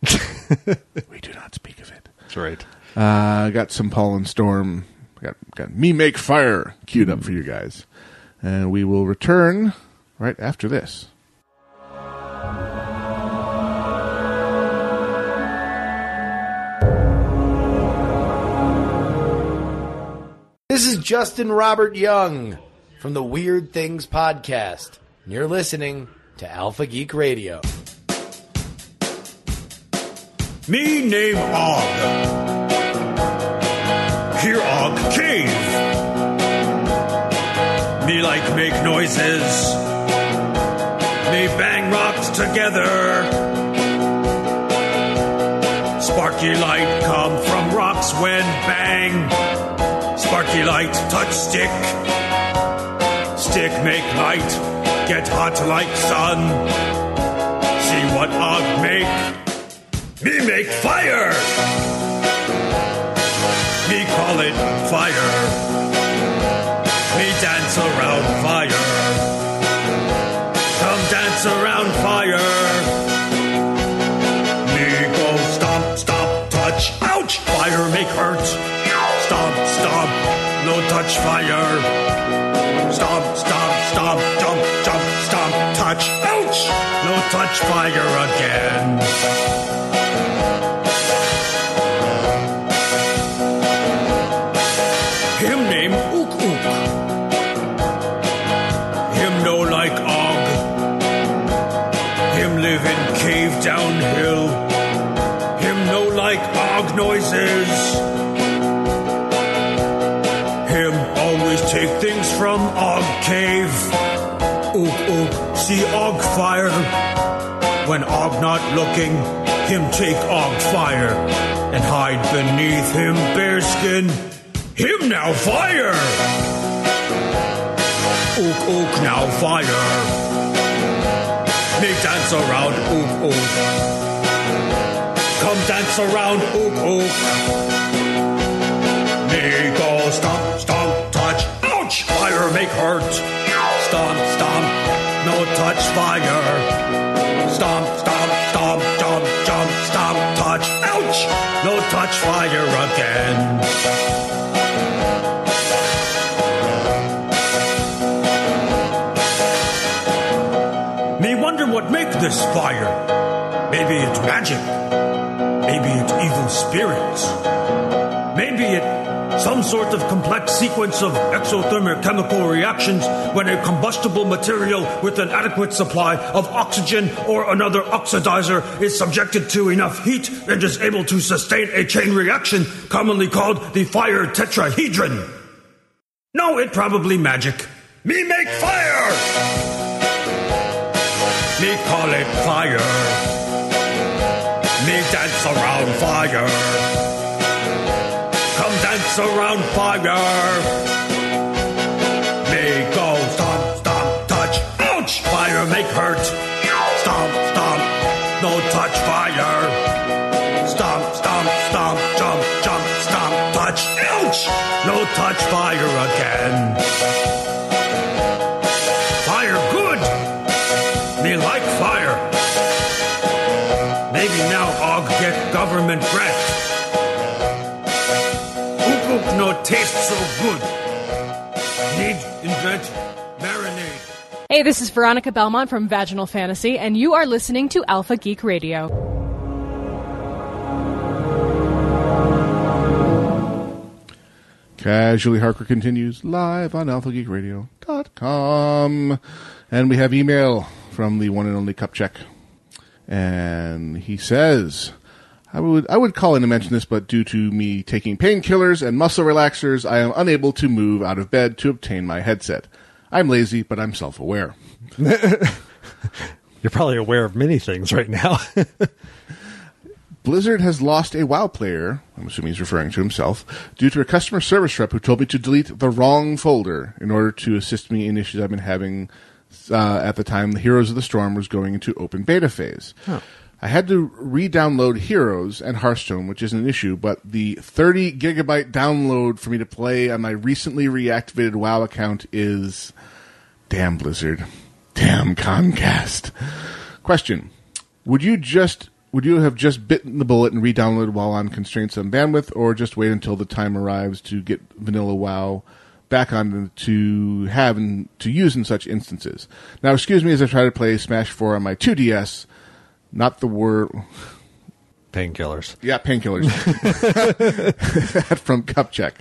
Speaker 2: (laughs)
Speaker 1: Shh. we do not speak of it.
Speaker 2: That's right.
Speaker 1: Uh, I got some pollen storm. I Got got me make fire queued up for you guys, and we will return right after this.
Speaker 5: This is Justin Robert Young from the Weird Things Podcast. And you're listening to Alpha Geek Radio.
Speaker 6: Me name Og. Here Og cave. Me like make noises. Me bang rocks together. Sparky light come from rocks when bang. Sparky light touch stick. Stick make light. Get hot like sun. See what Og make. Me make fire! Me call it fire. Me dance around fire. Come dance around fire. Me go stomp, stomp, touch. Ouch! Fire make hurt. Stomp, stomp, no touch fire. Stomp, stomp, stomp, jump, jump, stomp, touch. Ouch! No touch fire again. Him name Ook Ook. Him no like Og. Him live in cave downhill. Him no like Og noises. Him always take things from Og cave. Ook Ook see Og fire. When Og not looking, him take Og fire and hide beneath him bearskin. Him now fire! ook, ook, now fire. Make dance around, ook, ook. Come dance around, ook, ook. Make all stomp, stomp, touch, ouch! Fire make hurt. Stomp, stomp, no touch fire. Stomp, stomp, stomp, jump, jump, stomp, touch, ouch! No touch fire again. May wonder what make this fire. Maybe it's magic. Maybe it's evil spirits. Maybe it some sort of complex sequence of exothermic chemical reactions when a combustible material with an adequate supply of oxygen or another oxidizer is subjected to enough heat and is able to sustain a chain reaction commonly called the fire tetrahedron. No, it probably magic. Me make fire! Me call it fire. Me dance around fire. Come dance around fire. Me go stomp, stomp, touch. Ouch! Fire make hurt. Stomp, stomp. No touch fire. Stomp, stomp, stomp, jump, jump, stomp, touch. Ouch! No touch fire again. Fire good! Me like fire. Maybe now I'll get government grant. Oop oop no taste so good. Need invent marinade.
Speaker 7: Hey, this is Veronica Belmont from Vaginal Fantasy, and you are listening to Alpha Geek Radio.
Speaker 1: Casually Harker continues live on alphageekradio.com. And we have email from the one and only Cupcheck. And he says, I would, I would call in to mention this, but due to me taking painkillers and muscle relaxers, I am unable to move out of bed to obtain my headset. I'm lazy, but I'm self aware.
Speaker 2: You're probably aware of many things right now. (laughs)
Speaker 1: Blizzard has lost a WoW player, I'm assuming he's referring to himself, due to a customer service rep who told me to delete the wrong folder in order to assist me in issues I've been having uh, at the time the Heroes of the Storm was going into open beta phase. I had to re download Heroes and Hearthstone, which isn't an issue, but the 30 gigabyte download for me to play on my recently reactivated WoW account is. Damn Blizzard. Damn Comcast. Question. Would you just would you have just bitten the bullet and re-downloaded while on constraints on bandwidth, or just wait until the time arrives to get Vanilla WoW back on to have and to use in such instances? Now, excuse me as I try to play Smash Four on my 2DS. Not the word.
Speaker 2: Painkillers.
Speaker 1: Yeah, painkillers. (laughs) From Cupcheck.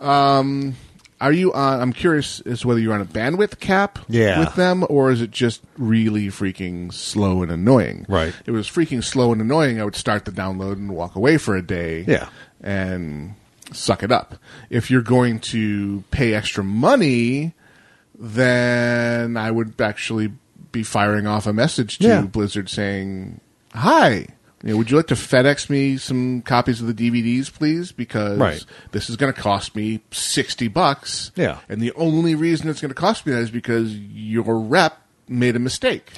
Speaker 1: Um, are you on? I'm curious as to whether you're on a bandwidth cap
Speaker 2: Yeah.
Speaker 1: with them, or is it just really freaking slow and annoying?
Speaker 2: Right.
Speaker 1: If It was freaking slow and annoying. I would start the download and walk away for a day.
Speaker 2: Yeah.
Speaker 1: And suck it up. If you're going to pay extra money, then I would actually be firing off a message to
Speaker 2: Yeah.
Speaker 1: Blizzard saying, "Hi, you know, would you like to FedEx me some copies of the DVDs, please? Because
Speaker 2: Right.
Speaker 1: this is going to cost me sixty bucks.
Speaker 2: Yeah.
Speaker 1: and the only reason it's going to cost me that is because your rep made a mistake.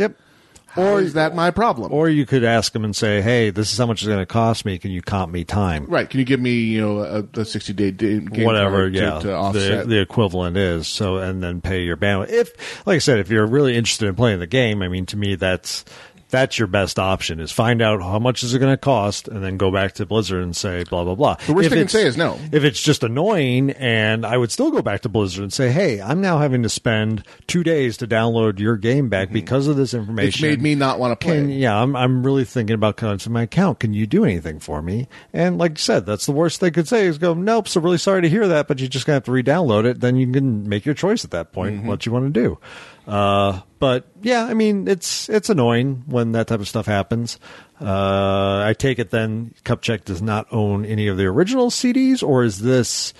Speaker 1: or is that my problem?
Speaker 2: Or you could ask them and say, "Hey, this is how much it's going to cost me. Can you comp me time?"
Speaker 1: right? Can you give me you know a, a sixty day game
Speaker 2: whatever
Speaker 1: card to,
Speaker 2: yeah
Speaker 1: to offset?
Speaker 2: The, the equivalent is so and then pay your bandwidth if like i said if you're really interested in playing the game i mean to me that's that's your best option is find out how much is it going to cost and then go back to blizzard and say blah blah blah
Speaker 1: The worst
Speaker 2: If
Speaker 1: they can
Speaker 2: it's-
Speaker 1: say is no.
Speaker 2: if it's just annoying and i would still go back to blizzard and say hey i'm now having to spend two days to download your game back because of this
Speaker 1: Mm-hmm. it's
Speaker 2: information
Speaker 1: made me not want to play.
Speaker 2: can, yeah, I'm, I'm really thinking about coming to my account. Can you do anything for me? And like you said, that's the worst they could say is go, nope, so really sorry to hear that, but you're just going to have to re-download it. Then you can make your choice at that
Speaker 1: Mm-hmm.
Speaker 2: point, what you want to do. Uh, but yeah, I mean, it's, it's annoying when that type of stuff happens. Uh, I take it then Cupcheck does not own any of the original CDs or is this,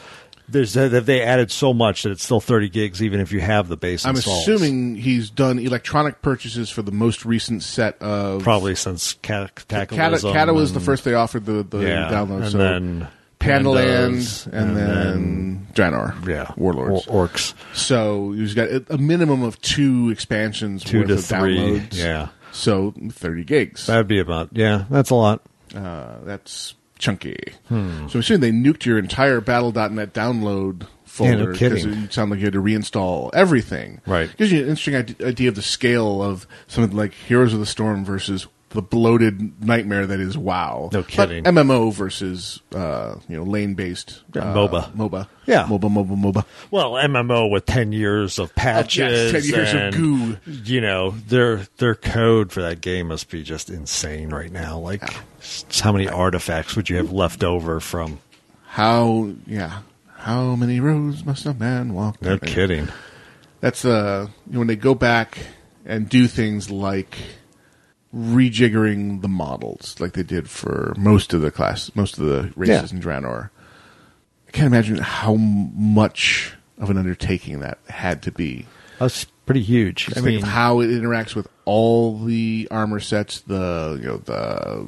Speaker 2: there's, have they added so much that it's still 30 gigs even if you have the base
Speaker 1: I'm
Speaker 2: installs?
Speaker 1: assuming he's done electronic purchases for the most recent set of
Speaker 2: Probably since Cat-
Speaker 1: Cata, Cata was the
Speaker 2: and-
Speaker 1: first they offered the, the
Speaker 2: yeah,
Speaker 1: download.
Speaker 2: and
Speaker 1: so
Speaker 2: then
Speaker 1: Pandalands,
Speaker 2: Pandas,
Speaker 1: and, then, Draenor.
Speaker 2: yeah,
Speaker 1: Warlords.
Speaker 2: or orcs,
Speaker 1: so you've got a- a minimum of two expansions
Speaker 2: two
Speaker 1: worth
Speaker 2: to
Speaker 1: of
Speaker 2: three.
Speaker 1: downloads.
Speaker 2: Yeah,
Speaker 1: So 30 gigs.
Speaker 2: that'd be about. Yeah, that's a lot.
Speaker 1: Uh, that's chunky. So I'm assuming they nuked your entire Battle.net download folder
Speaker 2: no kidding.
Speaker 1: it sounded like you had to reinstall everything.
Speaker 2: Right.
Speaker 1: Gives you an interesting ide- idea of the scale of something like Heroes of the Storm versus the bloated nightmare that is WoW.
Speaker 2: No kidding.
Speaker 1: But MMO versus uh, you know lane based uh,
Speaker 2: MOBA.
Speaker 1: MOBA.
Speaker 2: Yeah.
Speaker 1: MOBA. MOBA. MOBA.
Speaker 2: Well, MMO with ten years of patches,
Speaker 1: 10 years of
Speaker 2: and,
Speaker 1: goo.
Speaker 2: You know their their code for that game must be just insane right now. Like, s- how many artifacts would you have left over from?
Speaker 1: How? Yeah. How many roads must a man walk?
Speaker 2: No kidding.
Speaker 1: that's uh you know, when they go back and do things like rejiggering the models like they did for most of the class most of the races
Speaker 2: Yeah.
Speaker 1: in Draenor. I can't imagine how m- much of an undertaking that had to be.
Speaker 2: That's pretty huge.
Speaker 1: Just think of how it interacts with all the armor sets, the you know the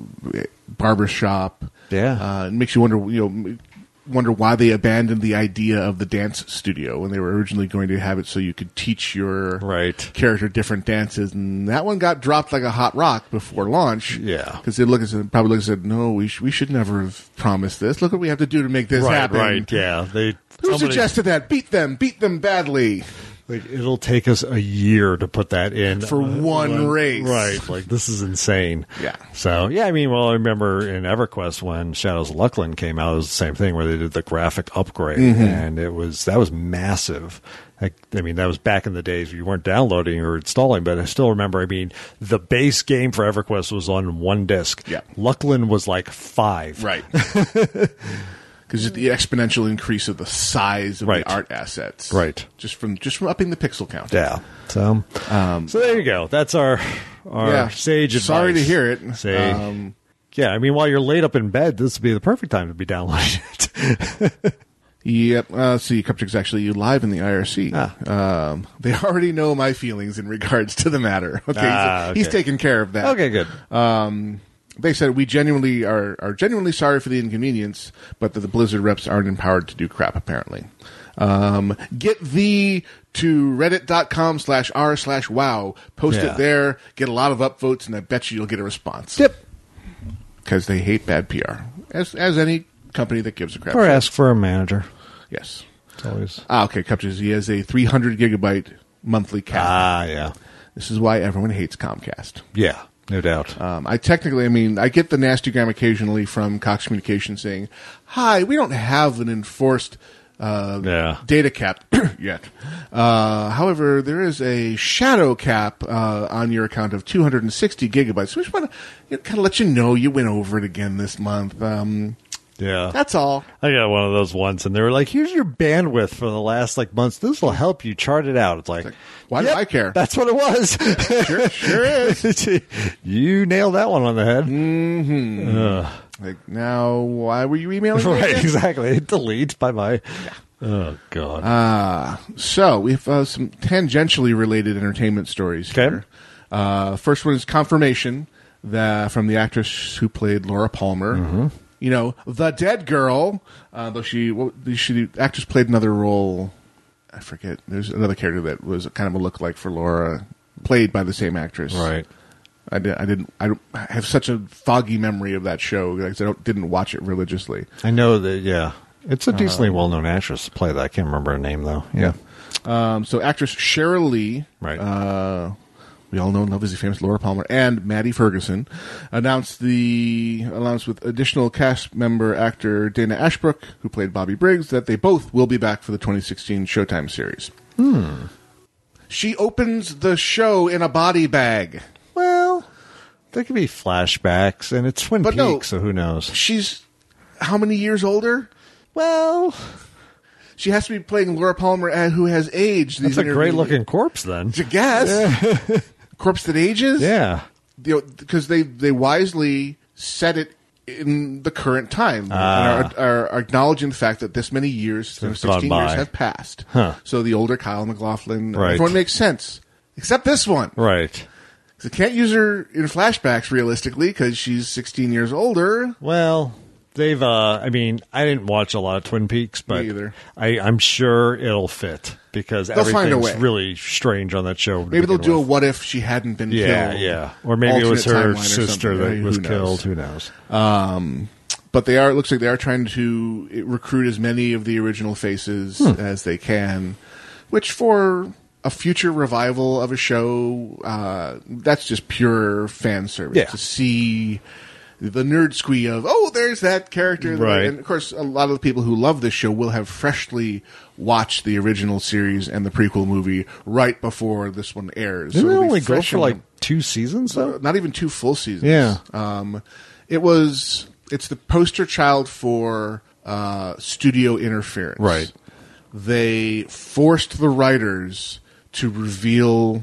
Speaker 1: barber shop.
Speaker 2: Yeah.
Speaker 1: uh, it makes you wonder. You know, wonder why they abandoned the idea of the dance studio when they were originally going to have it so you could teach your
Speaker 2: Right.
Speaker 1: character different dances, and that one got dropped like a hot rock before launch.
Speaker 2: Yeah.
Speaker 1: because they look and said- probably look and said, "No, we sh- we should never have promised this. Look what we have to do to make this
Speaker 2: right,
Speaker 1: happen."
Speaker 2: right, yeah. They
Speaker 1: Who
Speaker 2: somebody-
Speaker 1: suggested that? Beat them, beat them badly.
Speaker 2: Like, it'll take us a year to put that in
Speaker 1: For one race.
Speaker 2: right? Like this is insane.
Speaker 1: Yeah.
Speaker 2: So yeah, I mean, well, I remember in EverQuest when Shadows of Luckland came out, it was the same thing where they did the graphic upgrade,
Speaker 1: Mm-hmm.
Speaker 2: and it was that was massive. Like, I mean, that was back in the days where you weren't downloading or installing, but I still remember. I mean, the base game for EverQuest was on one disc.
Speaker 1: Yeah.
Speaker 2: Luckland was like five. (laughs)
Speaker 1: Right. Because the exponential increase of the size of
Speaker 2: Right.
Speaker 1: the art assets,
Speaker 2: Right.
Speaker 1: Just from just from upping the pixel count.
Speaker 2: Yeah. So, so there you go. That's our our
Speaker 1: Um, Yeah.
Speaker 2: sage advice.
Speaker 1: Sorry to hear it.
Speaker 2: Say,
Speaker 1: Um,
Speaker 2: yeah. I mean, while you're laid up in bed, this would be the perfect time to be downloading (laughs) it.
Speaker 1: Yep. Uh, let's see, Cupchick's actually live in the IRC.
Speaker 2: Ah.
Speaker 1: Um, they (laughs) already know my feelings in regards to the matter. Okay,
Speaker 2: Ah,
Speaker 1: he's, he's
Speaker 2: okay.
Speaker 1: taken care of that.
Speaker 2: okay, good.
Speaker 1: they said we genuinely are, are genuinely sorry for the inconvenience, but that the Blizzard reps aren't empowered to do crap apparently. Um, get thee to reddit.com slash r slash wow. Post
Speaker 2: Yeah.
Speaker 1: it there, get a lot of upvotes, and I bet you you'll get a response.
Speaker 2: Yep.
Speaker 1: Because they hate bad PR. As as any company that gives a crap.
Speaker 2: Or ask for a manager.
Speaker 1: Yes.
Speaker 2: It's always
Speaker 1: Ah, okay, Cupches. He has a three hundred gigabyte monthly cap.
Speaker 2: ah, yeah,
Speaker 1: This is why everyone hates Comcast.
Speaker 2: yeah, no doubt.
Speaker 1: Um, I technically, I mean, I get the nastygram occasionally from Cox Communications saying, "Hi, we don't have an enforced uh,
Speaker 2: Yeah.
Speaker 1: data cap (clears throat) yet. Uh, however, there is a shadow cap uh, on your account of 260 gigabytes. We just want to you know, kind of let you know you went over it again this month. Um,
Speaker 2: yeah,
Speaker 1: that's all.
Speaker 2: I got one of those once, and they were like, "Here's your bandwidth for the last like months. This will help you chart it out." It's like,
Speaker 1: Why do
Speaker 2: yep,
Speaker 1: I care?
Speaker 2: That's what it was.
Speaker 1: (laughs) Sure, sure is.
Speaker 2: (laughs)
Speaker 1: Mm-hmm.
Speaker 2: you nailed that one on the head.
Speaker 1: Like now, why were you (laughs) emailing?
Speaker 2: (laughs)
Speaker 1: me
Speaker 2: right,
Speaker 1: again?
Speaker 2: exactly. It deletes by my. Oh God.
Speaker 1: So we have uh, some tangentially related entertainment stories
Speaker 2: Okay.
Speaker 1: here. Uh, first one is confirmation that from the actress who played Laura Palmer.
Speaker 2: Mm-hmm.
Speaker 1: You know, the dead girl. Uh, though she, what, she the actress played another role. I forget. There's another character that was kind of a look like for Laura, played by the same actress.
Speaker 2: right.
Speaker 1: I, did, I didn't. I, don't- I have such a foggy memory of that show because I don't, didn't watch it religiously.
Speaker 2: I know that. Yeah, it's a decently
Speaker 1: Uh,
Speaker 2: well-known actress to play that. I can't remember her name though. Yeah.
Speaker 1: Um, so actress Cheryl Lee,
Speaker 2: Right.
Speaker 1: Uh, we all know and love is the famous Laura Palmer and Maddie Ferguson announced the announced with additional cast member actor Dana Ashbrook, who played Bobby Briggs, that they both will be back for the 2016 Showtime series. Hmm. She opens the show in a body bag.
Speaker 2: Well, there could be flashbacks, and it's Twin
Speaker 1: But
Speaker 2: Peaks,
Speaker 1: no-
Speaker 2: so who knows?
Speaker 1: She's how many years older?
Speaker 2: Well,
Speaker 1: She has to be playing Laura Palmer, uh, who has aged.
Speaker 2: it's
Speaker 1: These
Speaker 2: a
Speaker 1: interview-
Speaker 2: great-looking corpse
Speaker 1: (laughs)
Speaker 2: then.
Speaker 1: To guess,
Speaker 2: (laughs)
Speaker 1: corpse that ages.
Speaker 2: Yeah.
Speaker 1: you know, because they they wisely set it in the current time
Speaker 2: Ah.
Speaker 1: and are, are acknowledging the fact that this many years, you know,
Speaker 2: gone
Speaker 1: sixteen years
Speaker 2: by.
Speaker 1: have passed.
Speaker 2: Huh.
Speaker 1: So the older Kyle McLaughlin,
Speaker 2: Right.
Speaker 1: everyone makes sense except this one.
Speaker 2: Right.
Speaker 1: 'Cause They can't use her in flashbacks realistically because she's sixteen years older.
Speaker 2: Well, They've, uh, I mean, I didn't watch a lot of Twin Peaks, but
Speaker 1: either.
Speaker 2: I, I'm sure it'll fit because
Speaker 1: They'll find a way.
Speaker 2: everything's really strange on that show. to
Speaker 1: Maybe they'll
Speaker 2: begin
Speaker 1: do a
Speaker 2: with.
Speaker 1: what if she hadn't been
Speaker 2: yeah,
Speaker 1: killed.
Speaker 2: yeah, or maybe it was
Speaker 1: alternate
Speaker 2: her
Speaker 1: timeline or
Speaker 2: sister
Speaker 1: something.
Speaker 2: that
Speaker 1: Who
Speaker 2: was
Speaker 1: knows?
Speaker 2: killed. Who knows?
Speaker 1: Um, but they are. It looks like they are trying to eh, recruit as many of the original faces
Speaker 2: Hmm.
Speaker 1: as they can, which for a future revival of a show, uh, that's just pure fan service
Speaker 2: Yeah.
Speaker 1: to see the nerd squee of oh, there's that character,
Speaker 2: Right.
Speaker 1: And of course, a lot of the people who love this show will have freshly watched the original series and the prequel movie right before this one airs.
Speaker 2: Didn't it
Speaker 1: it'll be
Speaker 2: only go
Speaker 1: fresh
Speaker 2: for
Speaker 1: in
Speaker 2: like
Speaker 1: the-
Speaker 2: two seasons though?
Speaker 1: uh, not even two full seasons.
Speaker 2: Yeah.
Speaker 1: Um, it was. It's the poster child for uh, studio interference.
Speaker 2: Right.
Speaker 1: They forced the writers to reveal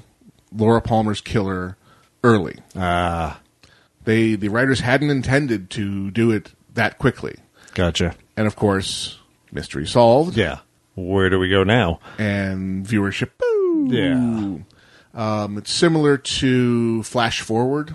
Speaker 1: Laura Palmer's killer early.
Speaker 2: Ah,
Speaker 1: They the writers hadn't intended to do it that quickly,
Speaker 2: gotcha.
Speaker 1: and of course, mystery solved.
Speaker 2: Yeah. Where do we go now?
Speaker 1: And viewership. Boo!
Speaker 2: Yeah.
Speaker 1: Um, it's similar to Flash Forward,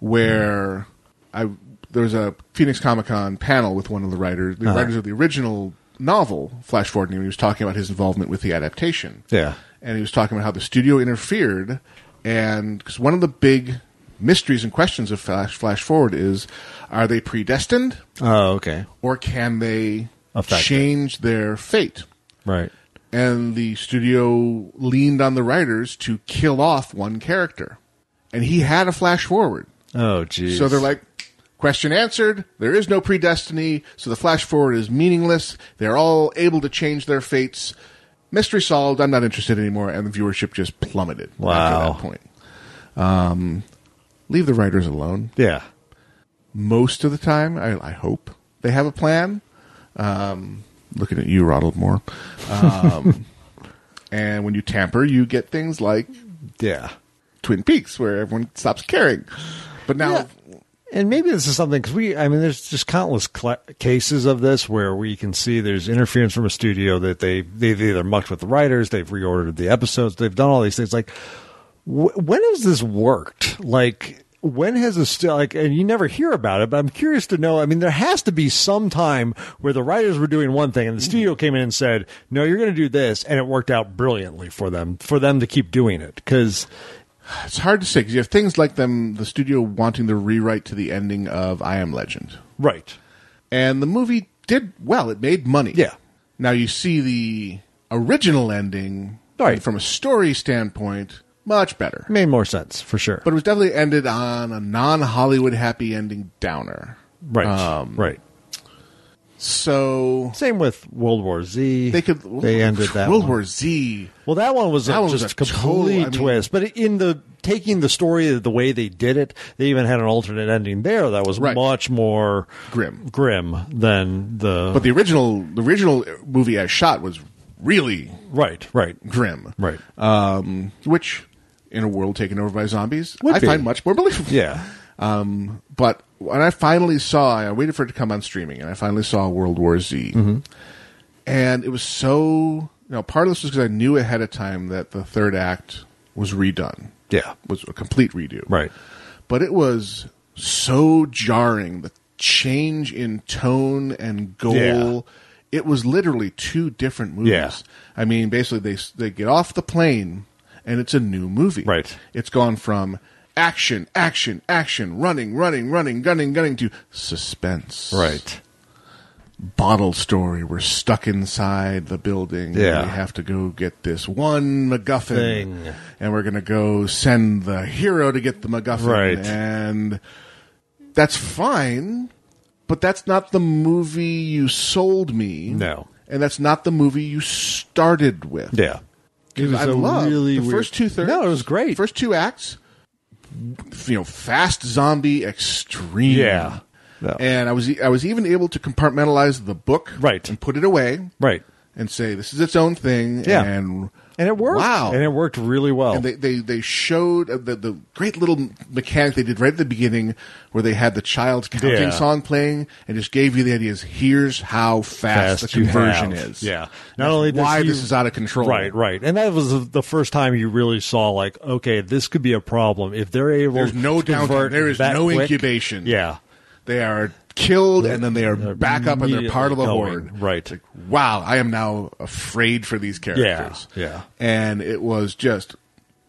Speaker 1: where I there was a Phoenix Comic Con panel with one of the writers,
Speaker 2: Uh-huh.
Speaker 1: the writers of the original novel Flash Forward, and he was talking about his involvement with the adaptation.
Speaker 2: Yeah.
Speaker 1: and he was talking about how the studio interfered, and because one of the big mysteries and questions of Flash Flash Forward is, are they predestined
Speaker 2: Oh, okay.
Speaker 1: or can they
Speaker 2: Affect it.
Speaker 1: change their fate?
Speaker 2: Right.
Speaker 1: and the studio leaned on the writers to kill off one character. And he had a flash forward.
Speaker 2: Oh, geez.
Speaker 1: So they're like, question answered. There is no predestiny. So the flash forward is meaningless. They're all able to change their fates. Mystery solved. I'm not interested anymore. And the viewership just plummeted after
Speaker 2: Wow.
Speaker 1: that point. Um, leave the writers alone
Speaker 2: yeah.
Speaker 1: most of the time. I, I hope they have a plan. Um, looking at you, Ronald Moore.
Speaker 2: (laughs)
Speaker 1: Um, and when you tamper, you get things like
Speaker 2: Yeah.
Speaker 1: Twin Peaks, where everyone stops caring. But now,
Speaker 2: And maybe this is something because we, I mean, there's just countless cla cases of this where we can see there's interference from a studio that they, they've either mucked with the writers, they've reordered the episodes, they've done all these things. Like, wh- when has this worked? Like, when has this still, like, and you never hear about it, but I'm curious to know. I mean, there has to be some time where the writers were doing one thing and the studio came in and said, no, you're going to do this. And it worked out brilliantly for them, for them to keep doing it. Cause,
Speaker 1: it's hard to say 'cause you have things like them, the studio wanting to rewrite to the ending of I Am Legend,
Speaker 2: right.
Speaker 1: and the movie did well. It made money.
Speaker 2: Yeah.
Speaker 1: Now you see the original ending,
Speaker 2: Right.
Speaker 1: From a story standpoint, much better.
Speaker 2: Made more sense for sure.
Speaker 1: but it was definitely ended on a non-Hollywood happy ending downer.
Speaker 2: Right.
Speaker 1: Um,
Speaker 2: right.
Speaker 1: So
Speaker 2: Same with World War Z.
Speaker 1: they could
Speaker 2: They ended that
Speaker 1: World
Speaker 2: one.
Speaker 1: War Z.
Speaker 2: Well, that one was
Speaker 1: That
Speaker 2: a,
Speaker 1: one was
Speaker 2: just
Speaker 1: a
Speaker 2: complete
Speaker 1: total- I mean-
Speaker 2: twist. But in the taking the story the way they did it, they even had an alternate ending there that was
Speaker 1: Right.
Speaker 2: much more
Speaker 1: Grim.
Speaker 2: grim than the.
Speaker 1: But the original, the original movie as shot was really
Speaker 2: right, right,
Speaker 1: grim,
Speaker 2: right.
Speaker 1: Um, which, in a world taken over by zombies,
Speaker 2: Would
Speaker 1: I
Speaker 2: be.
Speaker 1: find much more believable.
Speaker 2: yeah,
Speaker 1: Um, but when I finally saw, I waited for it to come on streaming, and I finally saw World War Z,
Speaker 2: Mm-hmm.
Speaker 1: and it was so. You know, part of this was because I knew ahead of time that the third act was redone.
Speaker 2: yeah,
Speaker 1: was a complete redo.
Speaker 2: right.
Speaker 1: But it was so jarring the change in tone and goal.
Speaker 2: Yeah.
Speaker 1: It was literally two different movies.
Speaker 2: Yeah.
Speaker 1: I mean, basically they they get off the plane and it's a new movie.
Speaker 2: Right.
Speaker 1: It's gone from action, action, action, running, running, running, gunning, gunning to suspense.
Speaker 2: Right.
Speaker 1: Bottle story. We're stuck inside the building. and
Speaker 2: Yeah.
Speaker 1: We have to go get this one MacGuffin
Speaker 2: Thing.
Speaker 1: and we're going to go send the hero to get the MacGuffin.
Speaker 2: Right.
Speaker 1: And that's fine, but that's not the movie you sold me.
Speaker 2: No.
Speaker 1: And that's not the movie you started with.
Speaker 2: Yeah. It
Speaker 1: I love the
Speaker 2: weird-
Speaker 1: first two thirds.
Speaker 2: No, it was great.
Speaker 1: First two acts, you know, fast zombie extreme.
Speaker 2: yeah. No.
Speaker 1: And I was I was even able to compartmentalize the book
Speaker 2: Right.
Speaker 1: and put it away
Speaker 2: right.
Speaker 1: and say this is its own thing
Speaker 2: Yeah.
Speaker 1: and
Speaker 2: And it worked.
Speaker 1: Wow.
Speaker 2: And it worked really well.
Speaker 1: and they, they, they showed uh, the, the great little mechanic they did right at the beginning where they had the child's counting
Speaker 2: Yeah.
Speaker 1: song playing and just gave you the ideas here's how fast, the
Speaker 2: you
Speaker 1: conversion
Speaker 2: have.
Speaker 1: is.
Speaker 2: Yeah. Not
Speaker 1: That's
Speaker 2: only does
Speaker 1: why
Speaker 2: he-
Speaker 1: this is out of control.
Speaker 2: Right, right. And that was the first time you really saw like, okay, this could be a problem if they're able.
Speaker 1: There's no
Speaker 2: to convert
Speaker 1: downtime. There is
Speaker 2: that
Speaker 1: no
Speaker 2: quick-
Speaker 1: incubation.
Speaker 2: Yeah.
Speaker 1: They are killed, and then they are
Speaker 2: They're
Speaker 1: back up and they're part of the
Speaker 2: immediately
Speaker 1: horde.
Speaker 2: going, right.
Speaker 1: It's like, wow, I am now afraid for these characters.
Speaker 2: Yeah, yeah.
Speaker 1: And it was just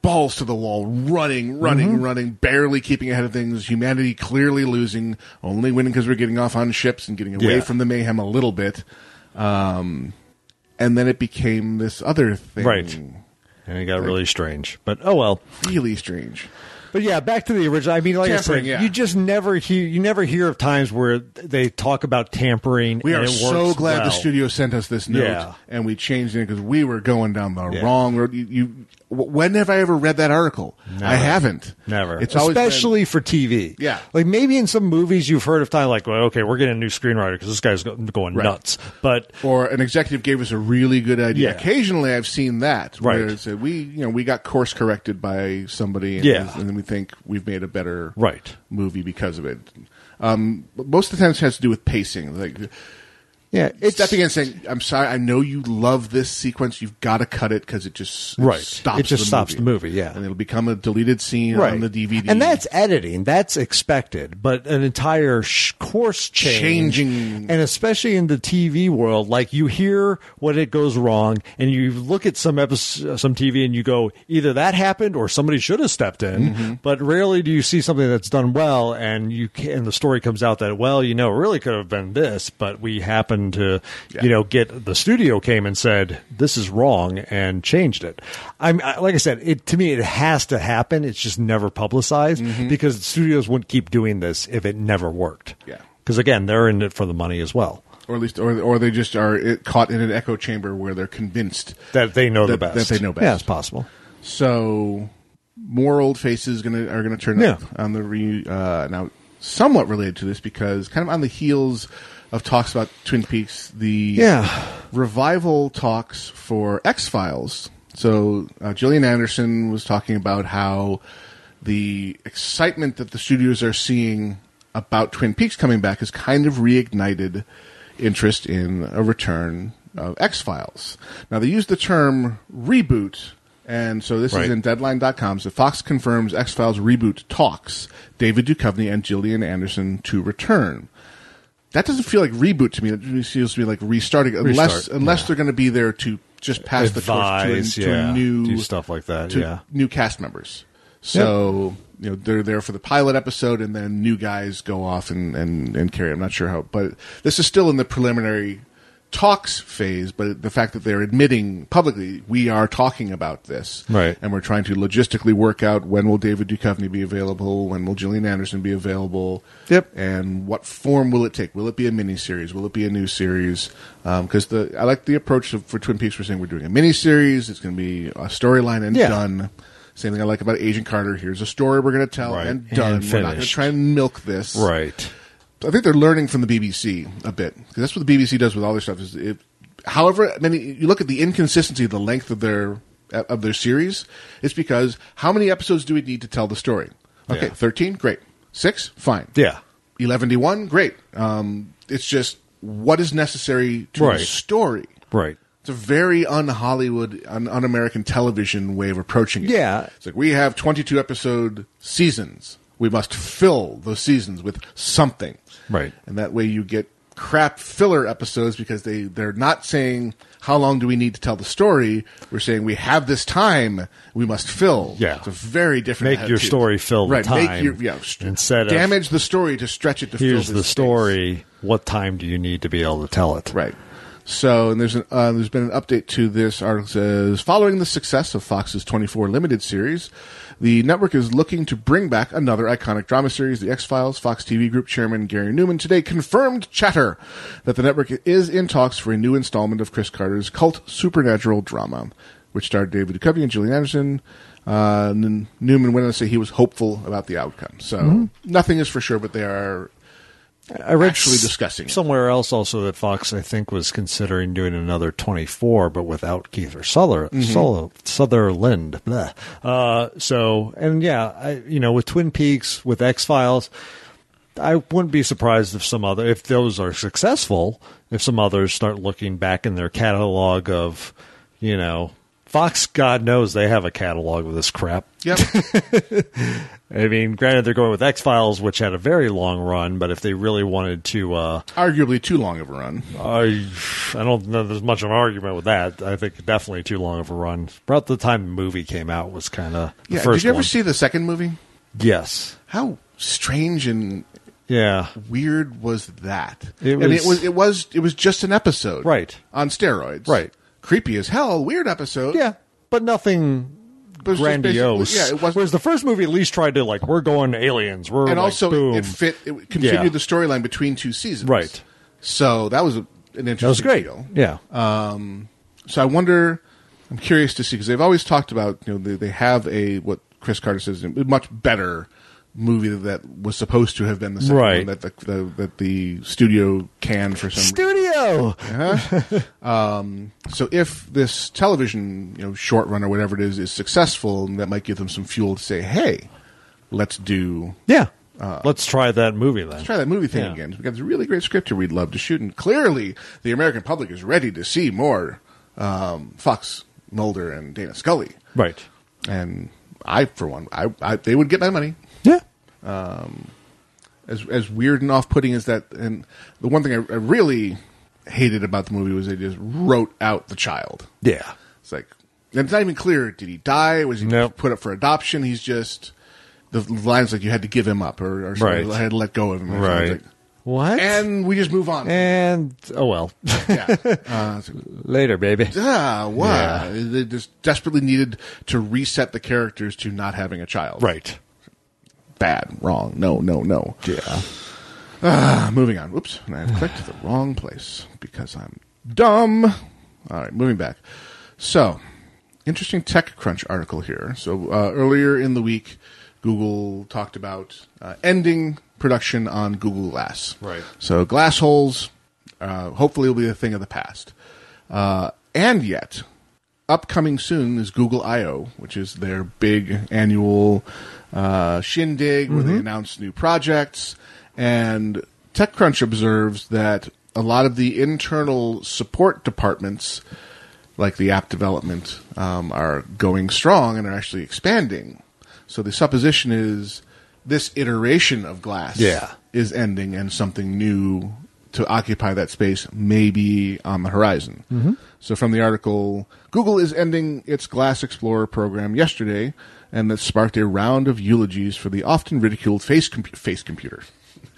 Speaker 1: balls to the wall, running, running,
Speaker 2: Mm-hmm.
Speaker 1: running, barely keeping ahead of things. Humanity clearly losing, only winning because we're getting off on ships and getting away
Speaker 2: Yeah.
Speaker 1: from the mayhem a little bit. Um, and then it became this other thing.
Speaker 2: Right. and it got really strange. But oh well.
Speaker 1: Really strange.
Speaker 2: But yeah, back to the original. I mean, like I
Speaker 1: Tampering,
Speaker 2: said,
Speaker 1: yeah.
Speaker 2: you just never hear you never hear of times where they talk about tampering.
Speaker 1: We
Speaker 2: and
Speaker 1: are
Speaker 2: it
Speaker 1: so
Speaker 2: works
Speaker 1: glad the
Speaker 2: well.
Speaker 1: studio sent us this note
Speaker 2: Yeah.
Speaker 1: and we changed it because we were going down the
Speaker 2: Yeah.
Speaker 1: wrong road. You, you, w- when have I ever read that article? I haven't.
Speaker 2: Never.
Speaker 1: It's always been-
Speaker 2: especially for TV.
Speaker 1: Yeah.
Speaker 2: Like maybe in some movies you've heard of time like, well, okay, we're getting a new screenwriter because this guy's go- going
Speaker 1: Right.
Speaker 2: nuts. But
Speaker 1: or an executive gave us a really good idea.
Speaker 2: Yeah.
Speaker 1: Occasionally, I've seen that. Where
Speaker 2: Right.
Speaker 1: it's a, we, you know, we got course corrected by somebody, and,
Speaker 2: Yeah.
Speaker 1: and then we think we've made a better
Speaker 2: Right.
Speaker 1: movie because of it. Um, but most of the times, it has to do with pacing. Like,
Speaker 2: yeah,
Speaker 1: it's stepping in and saying, "I'm sorry, I know you love this sequence. You've got to cut it because it just it
Speaker 2: Right.
Speaker 1: stops.
Speaker 2: It just
Speaker 1: the
Speaker 2: stops
Speaker 1: movie.
Speaker 2: the movie, yeah.
Speaker 1: and it'll become a deleted scene on the DVD.
Speaker 2: And that's editing. That's expected. But an entire sh- course change.
Speaker 1: Changing.
Speaker 2: And especially in the TV world, like you hear what it goes wrong and you look at some episode, some TV and you go, either that happened or somebody should have stepped in.
Speaker 1: Mm-hmm.
Speaker 2: But rarely do you see something that's done well and you can, and the story comes out that, well, you know, it really could have been this, but we happened to,
Speaker 1: Yeah.
Speaker 2: you know, get the studio came and said this is wrong and changed it. I'm I, like I said, it to me it has to happen. It's just never publicized
Speaker 1: Mm-hmm.
Speaker 2: because studios wouldn't keep doing this if it never worked.
Speaker 1: Yeah.
Speaker 2: because again, they're in it for the money as well.
Speaker 1: or at least, or or they just are it, caught in an echo chamber where they're convinced
Speaker 2: That they know the
Speaker 1: That-
Speaker 2: best.
Speaker 1: that they know best.
Speaker 2: Yeah, it's possible.
Speaker 1: So more old faces gonna are gonna turn up
Speaker 2: Yeah.
Speaker 1: on the re, uh, now somewhat related to this because kind of on the heels of talks about Twin Peaks, the
Speaker 2: Yeah.
Speaker 1: revival talks for X Files. So uh, Gillian Anderson was talking about how the excitement that the studios are seeing about Twin Peaks coming back has kind of reignited interest in a return of X Files. Now they use the term reboot, and so this is
Speaker 2: Right.
Speaker 1: in Deadline.com. So Fox confirms X Files reboot talks. David Duchovny and Gillian Anderson to return. That doesn't feel like reboot to me. That just feels to me like restarting, unless
Speaker 2: Restart,
Speaker 1: unless they're going to be there to just pass
Speaker 2: Advise,
Speaker 1: the torch to a, to
Speaker 2: yeah,
Speaker 1: a new
Speaker 2: do stuff like that,
Speaker 1: to
Speaker 2: yeah.
Speaker 1: new cast members. So you know they're there for the pilot episode, and then new guys go off and and and carry. it. I'm not sure how, but this is still in the preliminary talks phase. But the fact that they're admitting publicly we are talking about this,
Speaker 2: Right.
Speaker 1: And we're trying to logistically work out when will David Duchovny be available, when will Gillian Anderson be available,
Speaker 2: Yep.
Speaker 1: and what form will it take? Will it be a miniseries? Will it be a new series? Because the I like the approach of, for Twin Peaks. We're saying we're doing a miniseries. It's going to be a storyline and
Speaker 2: Yeah.
Speaker 1: done. Same thing I like about Agent Carter. Here's a story we're going to tell
Speaker 2: Right.
Speaker 1: and
Speaker 2: And
Speaker 1: done. we're not going to
Speaker 2: finished.
Speaker 1: try and milk this.
Speaker 2: Right.
Speaker 1: I think they're learning from the BBC a bit because that's what the BBC does with all their stuff. Is it, however many you look at the inconsistency, of the length of their of their series, it's because how many episodes do we need to tell the story? Okay,
Speaker 2: Yeah.
Speaker 1: thirteen, great. Six, fine.
Speaker 2: Yeah.
Speaker 1: eleven to one, great. Um, it's just what is necessary to
Speaker 2: Right.
Speaker 1: the story.
Speaker 2: Right.
Speaker 1: It's a very un Hollywood, un American television way of approaching it.
Speaker 2: Yeah.
Speaker 1: It's like we have 22 episode seasons. We must fill those seasons with something.
Speaker 2: Right.
Speaker 1: And that way you get crap filler episodes because they, they're not saying, how long do we need to tell the story? We're saying, we have this time we must fill.
Speaker 2: Yeah.
Speaker 1: It's a very different
Speaker 2: Make your
Speaker 1: attitude.
Speaker 2: story fill the
Speaker 1: right, Make
Speaker 2: time
Speaker 1: your, yeah, st-
Speaker 2: instead of-
Speaker 1: damage the story to stretch it to fill
Speaker 2: Here's
Speaker 1: this
Speaker 2: the
Speaker 1: space.
Speaker 2: story. What time do you need to be able to tell it?
Speaker 1: Right. So, and there's an, uh, there's been an update to this article says following the success of Fox's 24 limited series, the network is looking to bring back another iconic drama series, The X Files. Fox TV Group Chairman Gary Newman today confirmed chatter that the network is in talks for a new installment of Chris Carter's cult supernatural drama, which starred David Duchovny and Julian Anderson. Uh, and then Newman went on to say he was hopeful about the outcome. So nothing is for sure, but they are
Speaker 2: I read
Speaker 1: actually
Speaker 2: s-
Speaker 1: discussing it.
Speaker 2: somewhere else also that Fox I think was considering doing another 24, but without Keith or Suther-
Speaker 1: Mm-hmm.
Speaker 2: Suther- Sutherland. Blah. Uh, so and yeah, I, you know with Twin Peaks with X Files, I wouldn't be surprised if some other if those are successful, if some others start looking back in their catalog of you know. Fox, God knows they have a catalog of this crap.
Speaker 1: Yep.
Speaker 2: I mean, granted, they're going with X Files, which had a very long run, but if they really wanted to, uh,
Speaker 1: Arguably too long of a run.
Speaker 2: I, I don't know. There's much of an argument with that. I think definitely too long of a run. About the time the movie came out was kind of the
Speaker 1: Yeah.
Speaker 2: first
Speaker 1: Did you ever
Speaker 2: one.
Speaker 1: see the second movie?
Speaker 2: yes.
Speaker 1: How strange and
Speaker 2: Yeah.
Speaker 1: weird was that?
Speaker 2: It
Speaker 1: I mean, it
Speaker 2: was-
Speaker 1: was it was it was just an episode,
Speaker 2: Right.
Speaker 1: On steroids,
Speaker 2: Right.
Speaker 1: Creepy as hell. Weird episode.
Speaker 2: Yeah. But nothing
Speaker 1: But it was just
Speaker 2: grandiose.
Speaker 1: basically- Yeah, it wasn't.
Speaker 2: Whereas the first movie at least tried to like we're going aliens. We're
Speaker 1: and
Speaker 2: like,
Speaker 1: also,
Speaker 2: boom.
Speaker 1: it fit. It continued
Speaker 2: Yeah.
Speaker 1: the storyline between two seasons,
Speaker 2: Right.
Speaker 1: So that was Um, a, an interesting.
Speaker 2: that was great.
Speaker 1: deal.
Speaker 2: Yeah.
Speaker 1: So I wonder. I'm curious to see because they've always talked about you know they, they have a what Chris Carter says a much better movie that was supposed to have been the second
Speaker 2: Right.
Speaker 1: one that the, the that the studio canned for some reason.
Speaker 2: Studio.
Speaker 1: So if this television, you know, short run or whatever it is, is successful, that might give them some fuel to say, "Hey, let's do
Speaker 2: Yeah. Let's try that movie then.
Speaker 1: Uh, try that movie thing
Speaker 2: Yeah.
Speaker 1: again. We got this really great script here we'd love to shoot, and clearly the American public is ready to see more um, Fox Mulder and Dana Scully.
Speaker 2: Right.
Speaker 1: And I, for one, I, I they would get my money.
Speaker 2: Yeah.
Speaker 1: As as weird and off putting as that, and the one thing I, I really hated about the movie was they just wrote out the child.
Speaker 2: Yeah.
Speaker 1: It's like and it's not even clear. Did he die? Was he
Speaker 2: Nope.
Speaker 1: put up for adoption? He's just the lines like you had to give him up or, or something,
Speaker 2: Right.
Speaker 1: I had to let go of him. or something. It's like,
Speaker 2: What?
Speaker 1: and we just move on.
Speaker 2: And-
Speaker 1: (laughs)
Speaker 2: oh well. (laughs)
Speaker 1: yeah. Uh, it's like,
Speaker 2: Later, baby.
Speaker 1: ah, wow.
Speaker 2: Yeah.
Speaker 1: They just desperately needed to reset the characters to not having a child.
Speaker 2: Right.
Speaker 1: Bad. Wrong. No. No. No.
Speaker 2: Yeah.
Speaker 1: Uh, moving on. Whoops. And I've clicked the wrong place because I'm dumb. All right, moving back. So, interesting TechCrunch article here. So, uh, earlier in the week, Google talked about uh, ending production on Google Glass.
Speaker 2: Right.
Speaker 1: So, glass holes uh, hopefully will be a thing of the past. Uh, and yet, upcoming soon is Google I/O, which is their big annual uh, shindig where they announce new projects. And TechCrunch observes that a lot of the internal support departments, like the app development, um, are going strong and are actually expanding. So the supposition is this iteration of Glass
Speaker 2: Yeah.
Speaker 1: is ending and something new to occupy that space may be on the horizon.
Speaker 2: Mm-hmm.
Speaker 1: So, from the article, Google is ending its Glass Explorer program yesterday, and that sparked a round of eulogies for the often ridiculed face, compu face computer. (laughs)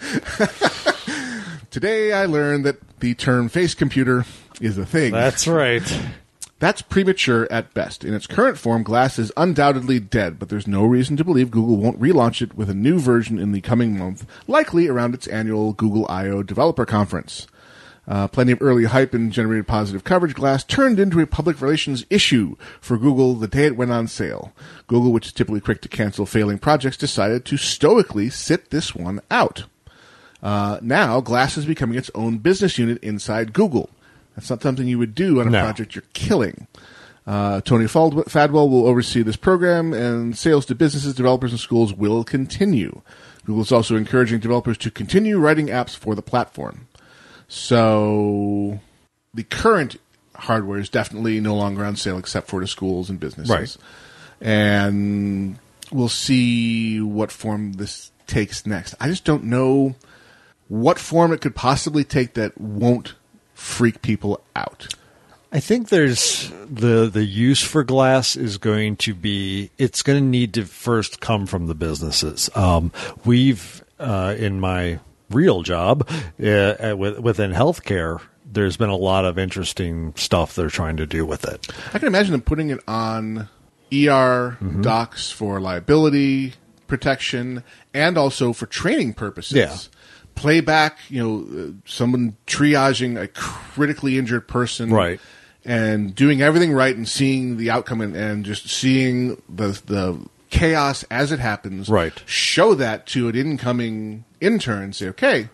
Speaker 1: Today, I learned that the term face computer is a thing.
Speaker 2: That's right.
Speaker 1: That's premature at best. In its current form, Glass is undoubtedly dead, but there's no reason to believe Google won't relaunch it with a new version in the coming month, likely around its annual Google I.O. developer conference. Uh, plenty of early hype and generated positive coverage. Glass turned into a public relations issue for Google the day it went on sale. Google, which is typically quick to cancel failing projects, decided to stoically sit this one out. Uh, now, Glass is becoming its own business unit inside Google. That's not something you would do on a
Speaker 2: No.
Speaker 1: project you're killing. Uh, Tony Fald- Fadwell will oversee this program, and sales to businesses, developers, and schools will continue. Google is also encouraging developers to continue writing apps for the platform. So, the current hardware is definitely no longer on sale except for to schools and businesses.
Speaker 2: Right.
Speaker 1: And we'll see what form this takes next. I just don't know what form it could possibly take that won't freak people out.
Speaker 2: I think there's the the use for glass is going to be it's going to need to first come from the businesses. Um, we've uh, in my real job uh, uh, with, within healthcare, there's been a lot of interesting stuff they're trying to do with it.
Speaker 1: I can imagine them putting it on ER
Speaker 2: Mm-hmm.
Speaker 1: docs for liability protection and also for training purposes.
Speaker 2: Yeah.
Speaker 1: Playback, you know, uh, someone triaging a critically injured person.
Speaker 2: Right.
Speaker 1: And doing everything right and seeing the outcome and, and just seeing the, the chaos as it happens.
Speaker 2: Right.
Speaker 1: Show that to an incoming intern and say, okay,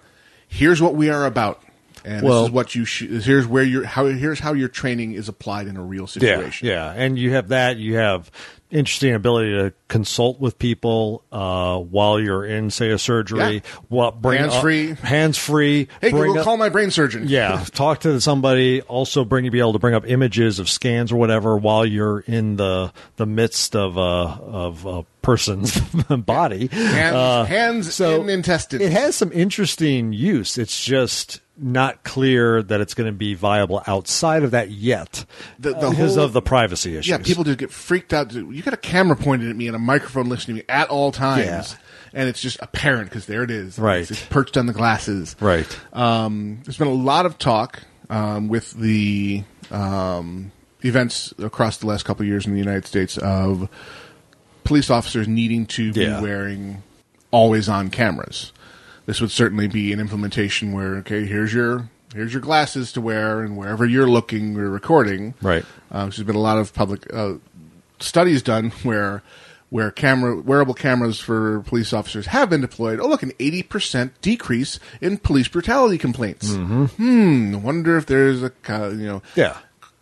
Speaker 1: here's what we are about. And
Speaker 2: Well-
Speaker 1: this is what you sh- here's where your how here's how your training is applied in a real situation.
Speaker 2: Yeah, yeah, and you have that. You have interesting ability to consult with people uh, while you're in, say, a surgery.
Speaker 1: Yeah.
Speaker 2: What bring up-
Speaker 1: Hands-free.
Speaker 2: hands-free.
Speaker 1: Hey,
Speaker 2: bring
Speaker 1: Google,
Speaker 2: up-
Speaker 1: call my brain surgeon.
Speaker 2: yeah, (laughs) talk to somebody. Also, bring be able to bring up images of scans or whatever while you're in the the midst of a of a person's (laughs) body.
Speaker 1: Hands,
Speaker 2: Uh,
Speaker 1: hands
Speaker 2: so
Speaker 1: in intestines.
Speaker 2: It has some interesting use. It's just not clear that it's going to be viable outside of that yet,
Speaker 1: The- the
Speaker 2: because
Speaker 1: whole-
Speaker 2: of the privacy issues.
Speaker 1: Yeah, people just get freaked out. You got a camera pointed at me and a microphone listening to me at all times,
Speaker 2: Yeah.
Speaker 1: and it's just apparent because there it is.
Speaker 2: Right.
Speaker 1: it's, it's perched on the glasses.
Speaker 2: Right.
Speaker 1: Um, there's been a lot of talk um, with the um, events across the last couple of years in the United States of police officers needing to
Speaker 2: Yeah.
Speaker 1: be wearing always-on cameras. This would certainly be an implementation where okay, here's your here's your glasses to wear, and wherever you're looking, we're recording.
Speaker 2: Right.
Speaker 1: Um, there's been a lot of public uh, studies done where where camera wearable cameras for police officers have been deployed. Oh, look, an eighty percent decrease in police brutality complaints. Mm-hmm. Hmm. Wonder if there's a co- you know
Speaker 2: Yeah,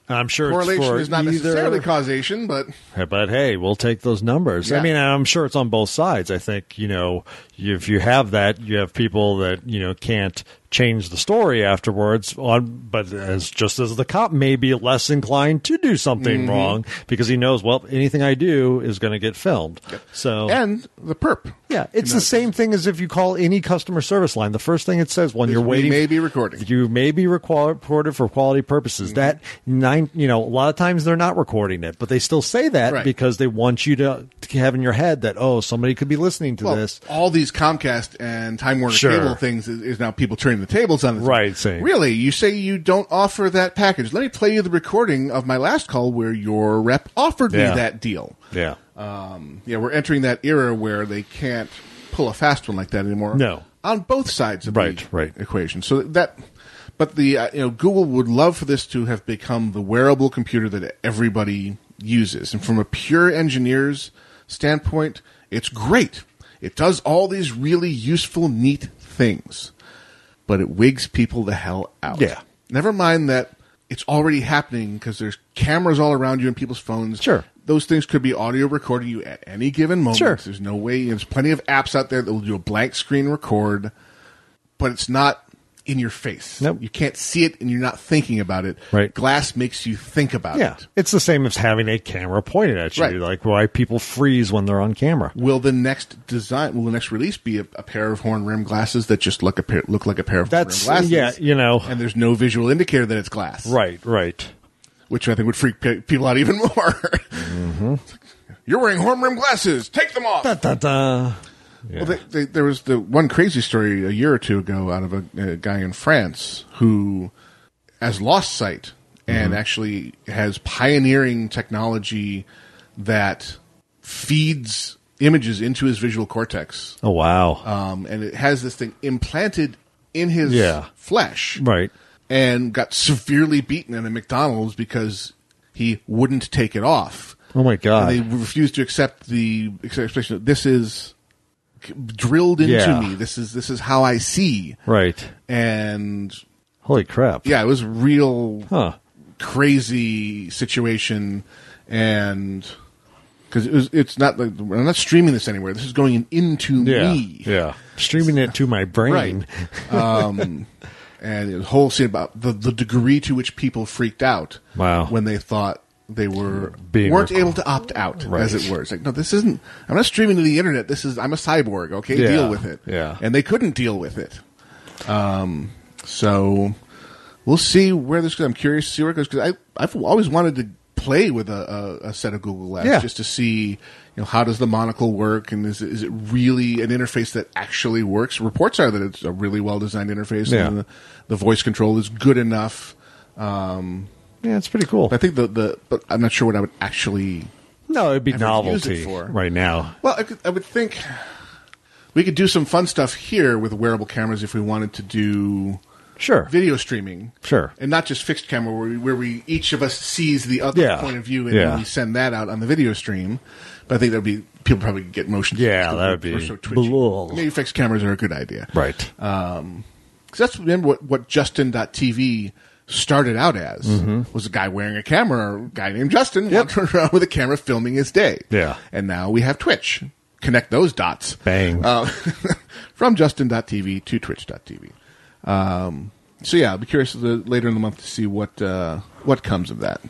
Speaker 2: And I'm sure it's
Speaker 1: correlation
Speaker 2: for
Speaker 1: is not
Speaker 2: either-
Speaker 1: necessarily causation, but
Speaker 2: But hey, we'll take those numbers. I
Speaker 1: Yeah.
Speaker 2: mean, and I'm sure it's on both sides. I think, you know, if you have that, you have people that, you know, can't change the story afterwards on but as just as the cop may be less inclined to do something
Speaker 1: Mm-hmm.
Speaker 2: wrong because he knows, well, anything I do is going to get filmed. So
Speaker 1: and the perp.
Speaker 2: yeah, it's the same thing as if you call any customer service line. The first thing it says when
Speaker 1: Is
Speaker 2: you're
Speaker 1: we
Speaker 2: waiting,
Speaker 1: may be recording. Mm-hmm.
Speaker 2: You may be requ- recorded for quality purposes. That nine, you know, a lot of times they're not recording it, but they still say that
Speaker 1: Right.
Speaker 2: because they want you to, to have in your head that oh, somebody could be listening to
Speaker 1: Well,
Speaker 2: this.
Speaker 1: all these Comcast and Time Warner
Speaker 2: Sure.
Speaker 1: cable things is, is now people turning the tables on this.
Speaker 2: Right, same.
Speaker 1: Really, you say you don't offer that package. Let me play you the recording of my last call where your rep offered
Speaker 2: Yeah.
Speaker 1: me that deal.
Speaker 2: Yeah,
Speaker 1: Um, yeah, we're entering that era where they can't pull a fast one like that anymore.
Speaker 2: No.
Speaker 1: on both sides of
Speaker 2: Right,
Speaker 1: the
Speaker 2: right.
Speaker 1: equation. So that, but the uh, you know Google would love for this to have become the wearable computer that everybody uses, and from a pure engineer's standpoint, it's great. It does all these really useful, neat things, but it wigs people the hell out.
Speaker 2: Yeah.
Speaker 1: Never mind that it's already happening because there's cameras all around you and people's phones
Speaker 2: Sure.
Speaker 1: those things could be audio recording you at any given moment.
Speaker 2: Sure.
Speaker 1: There's no way. There's plenty of apps out there that will do a blank screen record, but it's not in your face.
Speaker 2: Nope.
Speaker 1: You can't see it and you're not thinking about it.
Speaker 2: Right.
Speaker 1: Glass makes you think about
Speaker 2: yeah.
Speaker 1: it.
Speaker 2: It's the same as having a camera pointed at you,
Speaker 1: Right.
Speaker 2: like why people freeze when they're on camera.
Speaker 1: Will the next design? Will the next release be a, a pair of horn rim glasses that just look a pair, look like a pair of
Speaker 2: That's
Speaker 1: horn rim
Speaker 2: yeah,
Speaker 1: glasses?
Speaker 2: you know,
Speaker 1: And there's no visual indicator that it's glass,
Speaker 2: right, right.
Speaker 1: Which I think would freak pe- people out even (laughs) more. Mm-hmm. You're wearing horn rim glasses. Take them off.
Speaker 2: Da, da,
Speaker 1: Uh,
Speaker 2: da.
Speaker 1: Well, they, they, there was the one crazy story a year or two ago out of a, a guy in France who has lost sight and actually has pioneering technology that feeds images into his visual cortex,
Speaker 2: Oh wow,
Speaker 1: um, and it has this thing implanted in his
Speaker 2: Yeah.
Speaker 1: flesh,
Speaker 2: right.
Speaker 1: And got severely beaten at a McDonald's because he wouldn't take it off.
Speaker 2: Oh my god.
Speaker 1: And they refused to accept the explanation that this is c- drilled into
Speaker 2: Yeah.
Speaker 1: me. This is this is how I see.
Speaker 2: Right.
Speaker 1: And
Speaker 2: Holy crap.
Speaker 1: yeah, it was a real
Speaker 2: Huh.
Speaker 1: crazy situation, and because it was, it's not like I'm not streaming this anywhere. This is going in- into
Speaker 2: Yeah.
Speaker 1: me.
Speaker 2: Yeah. Streaming it to my brain.
Speaker 1: Right. um, and the whole scene about the, the degree to which people freaked out.
Speaker 2: Wow.
Speaker 1: When they thought they were
Speaker 2: Being
Speaker 1: weren't
Speaker 2: recorded.
Speaker 1: able to opt out,
Speaker 2: Right.
Speaker 1: as it were. It's like, no, this isn't. I'm not streaming to the internet. This is. I'm a cyborg. Okay,
Speaker 2: Yeah.
Speaker 1: deal with it.
Speaker 2: Yeah.
Speaker 1: And they couldn't deal with it. Um. So we'll see where this goes. I'm curious to see where it goes because I I've always wanted to play with a, a, a set of Google Glass
Speaker 2: Yeah.
Speaker 1: just to see you know how does the monocle work and is it, is it really an interface that actually works? Reports are that it's a really well designed interface
Speaker 2: Yeah.
Speaker 1: and the, the voice control is good enough. Um,
Speaker 2: Yeah, it's pretty cool.
Speaker 1: but I think the the but I'm not sure what I would actually.
Speaker 2: no, it'd be
Speaker 1: I've used it
Speaker 2: novelty
Speaker 1: for-
Speaker 2: right now.
Speaker 1: Well, I, could, I would think we could do some fun stuff here with wearable cameras if we wanted to do
Speaker 2: Sure.
Speaker 1: video streaming.
Speaker 2: Sure.
Speaker 1: And not just fixed camera where we, where we each of us sees the other
Speaker 2: Yeah.
Speaker 1: point of view and
Speaker 2: Yeah.
Speaker 1: then we send that out on the video stream. But I think that would be people probably get motion.
Speaker 2: Yeah,
Speaker 1: sickness
Speaker 2: that would
Speaker 1: because
Speaker 2: be
Speaker 1: we're twitchy.
Speaker 2: blul.
Speaker 1: Maybe
Speaker 2: Uh,
Speaker 1: fixed cameras are a good idea.
Speaker 2: Right.
Speaker 1: Um 'cause that's remember what what Justin.tv started out as
Speaker 2: Mm-hmm.
Speaker 1: was a guy wearing a camera, a guy named Justin walking (laughs) around with a camera filming his day.
Speaker 2: Yeah.
Speaker 1: And now we have Twitch. Connect those dots.
Speaker 2: Bang.
Speaker 1: Uh, (laughs) from justin.tv to twitch.tv. Um, so yeah, I'll be curious the, later in the month to see what uh, what comes of that.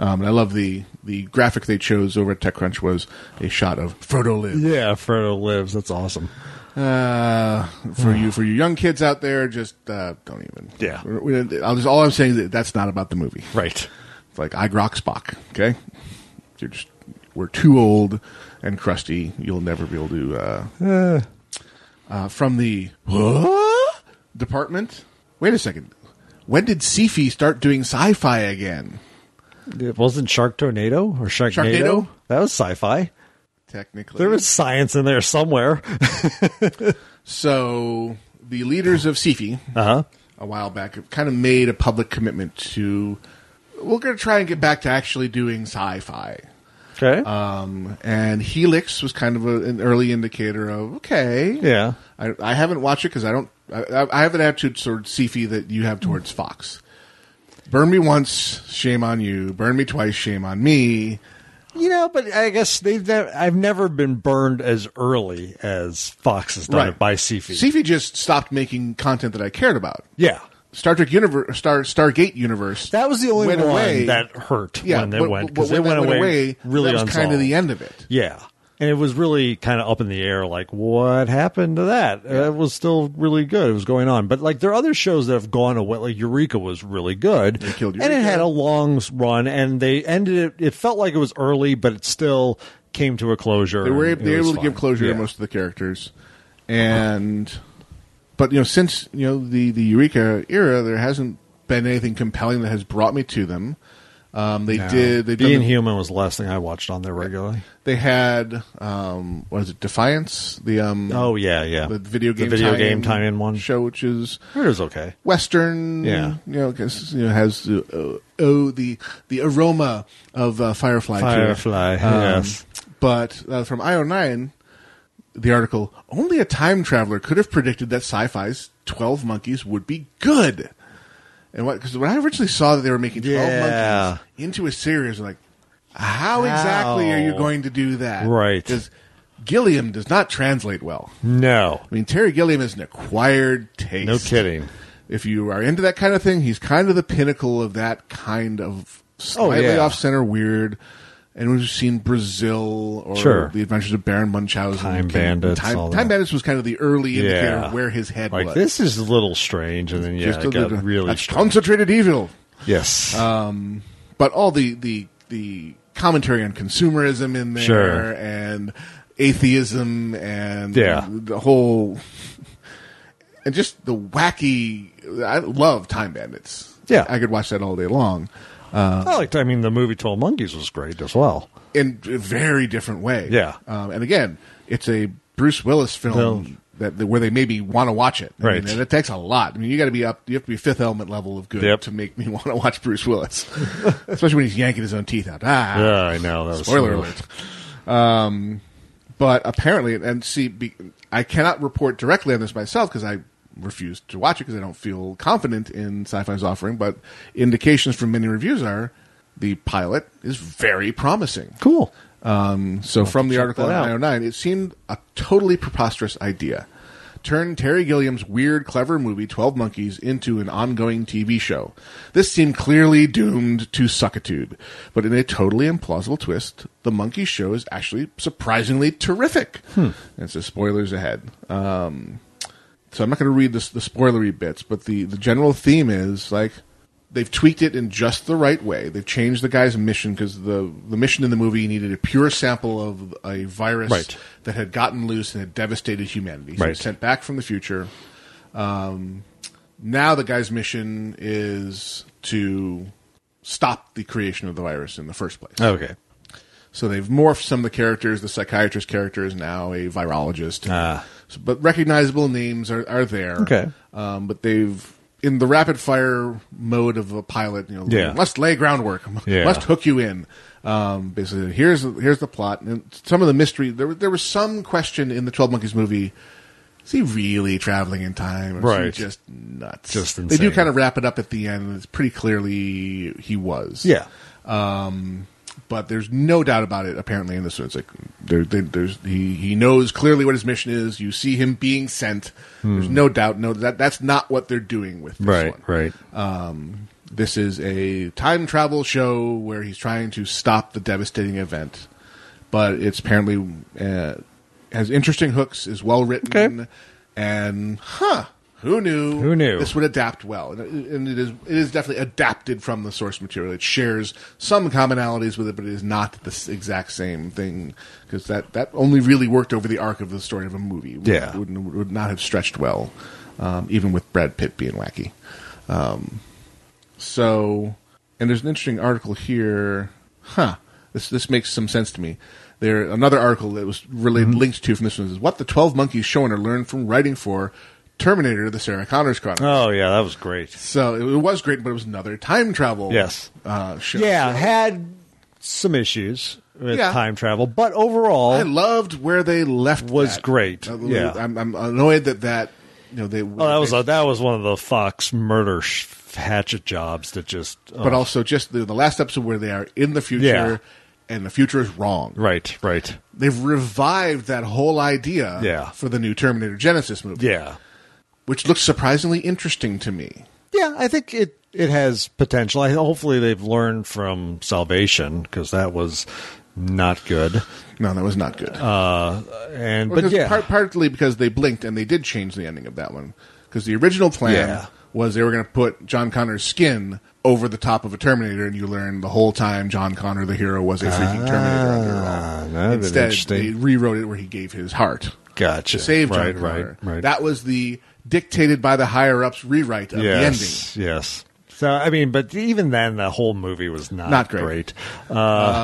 Speaker 1: Um, and I love the the graphic they chose over at TechCrunch was a shot of Frodo lives.
Speaker 2: Yeah, Frodo lives. That's awesome.
Speaker 1: Uh, for you, for you young kids out there, just uh, don't even.
Speaker 2: Yeah.
Speaker 1: We- we- I'll just, all I'm saying is that that's not about the movie.
Speaker 2: Right.
Speaker 1: It's like I grok Spock. Okay, you're just we're too old and crusty. You'll never be able to. Uh, uh, from the huh? department. Wait a second. When did Sci-Fi start doing sci-fi again?
Speaker 2: It wasn't Shark Tornado or Sharknado.
Speaker 1: Sharknado?
Speaker 2: That was sci-fi.
Speaker 1: Technically,
Speaker 2: There was science in there somewhere. (laughs)
Speaker 1: So the leaders of SIFI
Speaker 2: Uh-huh.
Speaker 1: a while back kind of made a public commitment to we're going to try and get back to actually doing sci-fi.
Speaker 2: Okay.
Speaker 1: Um, and Helix was kind of a, an early indicator of okay,
Speaker 2: yeah.
Speaker 1: I, I haven't watched it because I don't. I, I- I have an attitude towards Sci-Fi E that you have towards
Speaker 2: Mm.
Speaker 1: Fox. Burn me once, shame on you. Burn me twice, shame on me.
Speaker 2: You know, but I guess they've never, I've never been burned as early as Fox has done it by E. Sci-fi.
Speaker 1: Sci-Fi E just stopped making content that I cared about.
Speaker 2: yeah.
Speaker 1: Star Trek universe, Star Stargate universe.
Speaker 2: That was the only
Speaker 1: went
Speaker 2: one
Speaker 1: away.
Speaker 2: that hurt
Speaker 1: yeah,
Speaker 2: when they
Speaker 1: but-
Speaker 2: went
Speaker 1: but
Speaker 2: because they
Speaker 1: when
Speaker 2: went
Speaker 1: that
Speaker 2: away, really
Speaker 1: That was kind of
Speaker 2: unsolved.
Speaker 1: the end of it.
Speaker 2: Yeah. And it was really kind of up in the air, like what happened to that? It was still really good. It was going on, but like there are other shows that have gone away. Like Eureka was really good,
Speaker 1: killed
Speaker 2: and it
Speaker 1: Eureka.
Speaker 2: had a long run, and they ended it. It felt like it was early, but it still came to a closure.
Speaker 1: They were
Speaker 2: and
Speaker 1: able, they
Speaker 2: it
Speaker 1: were
Speaker 2: was
Speaker 1: able to give
Speaker 2: fine.
Speaker 1: closure
Speaker 2: Yeah.
Speaker 1: to most of the characters, and but you know since you know the the Eureka era, there hasn't been anything compelling that has brought me to them. Um, they did. They
Speaker 2: Being
Speaker 1: did.
Speaker 2: Human was the last thing I watched on there regularly.
Speaker 1: they had. Um, what is it? Defiance. The um.
Speaker 2: Oh yeah, yeah.
Speaker 1: The video game.
Speaker 2: the video
Speaker 1: tie-in
Speaker 2: game tie-in one.
Speaker 1: show, which is
Speaker 2: It was okay.
Speaker 1: Western,
Speaker 2: Yeah.
Speaker 1: you know, 'cause, you know, has the uh, oh the the aroma of uh, Firefly. to it.
Speaker 2: Firefly, yes.
Speaker 1: Um, But uh, from IO9, the article only a time traveler could have predicted that sci-fi's Twelve Monkeys would be good. And what? Because when I originally saw that they were making Twelve
Speaker 2: Yeah.
Speaker 1: Monkeys into a series, I'm like, how exactly are you
Speaker 2: How?
Speaker 1: going to do that?
Speaker 2: Right.
Speaker 1: Because Gilliam does not translate well.
Speaker 2: No,
Speaker 1: I mean, Terry Gilliam is an acquired taste.
Speaker 2: no kidding.
Speaker 1: If you are into that kind of thing, he's kind of the pinnacle of that kind of slightly
Speaker 2: Oh, yeah.
Speaker 1: off center weird. And we've seen Brazil or
Speaker 2: Sure.
Speaker 1: the Adventures of Baron Munchausen,
Speaker 2: Time
Speaker 1: King-
Speaker 2: Bandits,
Speaker 1: Time,
Speaker 2: all
Speaker 1: Time
Speaker 2: that.
Speaker 1: Bandits was kind of the early indicator
Speaker 2: Yeah.
Speaker 1: of where his head
Speaker 2: Like
Speaker 1: was.
Speaker 2: this is a little strange, and then yeah,
Speaker 1: Just
Speaker 2: it
Speaker 1: a
Speaker 2: got
Speaker 1: little-
Speaker 2: really
Speaker 1: that's Uh,
Speaker 2: strange.
Speaker 1: concentrated evil.
Speaker 2: Yes.
Speaker 1: But all the the the commentary on consumerism in there
Speaker 2: Sure.
Speaker 1: and atheism and
Speaker 2: Yeah.
Speaker 1: the whole and just the wacky. I love Time Bandits.
Speaker 2: Yeah.
Speaker 1: I could watch that all day long.
Speaker 2: I liked. I mean, the movie Twelve Monkeys was great as well.
Speaker 1: in a very different way.
Speaker 2: Yeah.
Speaker 1: Um, and again, it's a Bruce Willis film
Speaker 2: Well-
Speaker 1: that, that where they maybe want to watch it. I
Speaker 2: Right.
Speaker 1: mean, and it takes a lot. I mean, you got to be up. You have to be Fifth Element level of good
Speaker 2: Yep.
Speaker 1: to make me (laughs) want to watch Bruce Willis, (laughs) especially when he's yanking his own teeth out. Ah.
Speaker 2: Yeah, I know. That was
Speaker 1: Spoiler alert. Um, but apparently, and see, be, I cannot report directly on this myself because I refuse to watch it because I don't feel confident in sci-fi's offering. But indications from many reviews are the pilot is very promising.
Speaker 2: Cool.
Speaker 1: Um, so from the article on
Speaker 2: that out.
Speaker 1: 909, it seemed a totally preposterous idea. Turn Terry Gilliam's weird, clever movie, 12 Monkeys, into an ongoing TV show. This seemed clearly doomed to suckitude. But in a totally implausible twist, the Monkey Show is actually surprisingly terrific.
Speaker 2: Hmm.
Speaker 1: And so spoilers ahead. Um, so I'm not going to read this, the spoilery bits, but the, the general theme is like they've tweaked it in just the right way. They've changed the guy's mission because the the mission in the movie needed a pure sample of a virus
Speaker 2: Right.
Speaker 1: that had gotten loose and had devastated humanity. So
Speaker 2: Right.
Speaker 1: it's sent back from the future. Um, now the guy's mission is to stop the creation of the virus in the first place.
Speaker 2: Okay.
Speaker 1: So they've morphed some of the characters. The psychiatrist character is now a virologist.
Speaker 2: Ah.
Speaker 1: So- but recognizable names are, are there.
Speaker 2: Okay.
Speaker 1: Um, but they've, in the rapid fire mode of a pilot, you know,
Speaker 2: Yeah.
Speaker 1: must lay groundwork, (laughs)
Speaker 2: Yeah.
Speaker 1: must hook you in. Um, basically, here's, here's the plot. And some of the mystery, there, were- there was some question in the 12 Monkeys movie Is he really traveling in time? Or is
Speaker 2: Right.
Speaker 1: He just nuts.
Speaker 2: Just
Speaker 1: They do
Speaker 2: insane.
Speaker 1: kind of wrap it up at the end. It's pretty clearly he was.
Speaker 2: Yeah.
Speaker 1: Um, but there's no doubt about it. Apparently, in this one, it's like there, there, there's he he knows clearly what his mission is. You see him being sent. There's no doubt. No, that that's not what they're doing with this
Speaker 2: Right,
Speaker 1: one.
Speaker 2: right.
Speaker 1: Um, this is a time travel show where he's trying to stop the devastating event, but it's apparently uh, has interesting hooks, is well written,
Speaker 2: Okay.
Speaker 1: and huh. Who knew?
Speaker 2: Who knew?
Speaker 1: this would adapt well, and it, and it is it is definitely adapted from the source material. It shares some commonalities with it, but it is not the s- exact same thing because that, that only really worked over the arc of the story of a movie. It
Speaker 2: Yeah.
Speaker 1: would, would, would not have stretched well, um, even with Brad Pitt being wacky. Um, so, and there's an interesting article here. Huh. This this makes some sense to me. There another article that was related
Speaker 2: Mm-hmm.
Speaker 1: linked to from this one is what the Twelve Monkeys showrunner learned from writing for Terminator: The Sarah Connors Chronicles.
Speaker 2: Oh yeah, that was great.
Speaker 1: So it, it was great, but it was another time travel.
Speaker 2: Yes.
Speaker 1: Uh, show.
Speaker 2: Yeah, had some issues with
Speaker 1: Yeah.
Speaker 2: time travel, but overall, oh,
Speaker 1: I loved where they left.
Speaker 2: Was
Speaker 1: that.
Speaker 2: great.
Speaker 1: Uh,
Speaker 2: Yeah.
Speaker 1: I'm, I'm annoyed that that you know they.
Speaker 2: oh, that was a, that was one of the Fox murder sh- hatchet jobs that just. oh.
Speaker 1: but also just the, the last episode where they are in the future
Speaker 2: Yeah.
Speaker 1: and the future is wrong.
Speaker 2: right, right,
Speaker 1: They've revived that whole idea
Speaker 2: Yeah.
Speaker 1: for the new Terminator Genesis movie,
Speaker 2: yeah,
Speaker 1: which looks surprisingly interesting to me.
Speaker 2: yeah. I think it it has potential. I, hopefully, they've learned from Salvation because that was not good.
Speaker 1: No, that was not good.
Speaker 2: And
Speaker 1: Well,
Speaker 2: Uh, but
Speaker 1: 'cause
Speaker 2: yeah,
Speaker 1: part- partly because they blinked and they did change the ending of that one because the original plan
Speaker 2: Yeah.
Speaker 1: was they were going to put John Connor's skin over the top of a Terminator, and you learn the whole time John Connor the hero was a freaking Terminator.
Speaker 2: Ah,
Speaker 1: After all.
Speaker 2: that'd been
Speaker 1: Instead,
Speaker 2: interesting.
Speaker 1: they rewrote it where he gave his heart.
Speaker 2: gotcha.
Speaker 1: to save John
Speaker 2: right,
Speaker 1: Connor.
Speaker 2: right, right.
Speaker 1: That was the dictated by the higher ups rewrite of
Speaker 2: yes, yes. So I mean, but even then, the whole movie was not
Speaker 1: Not great. Um,
Speaker 2: Uh,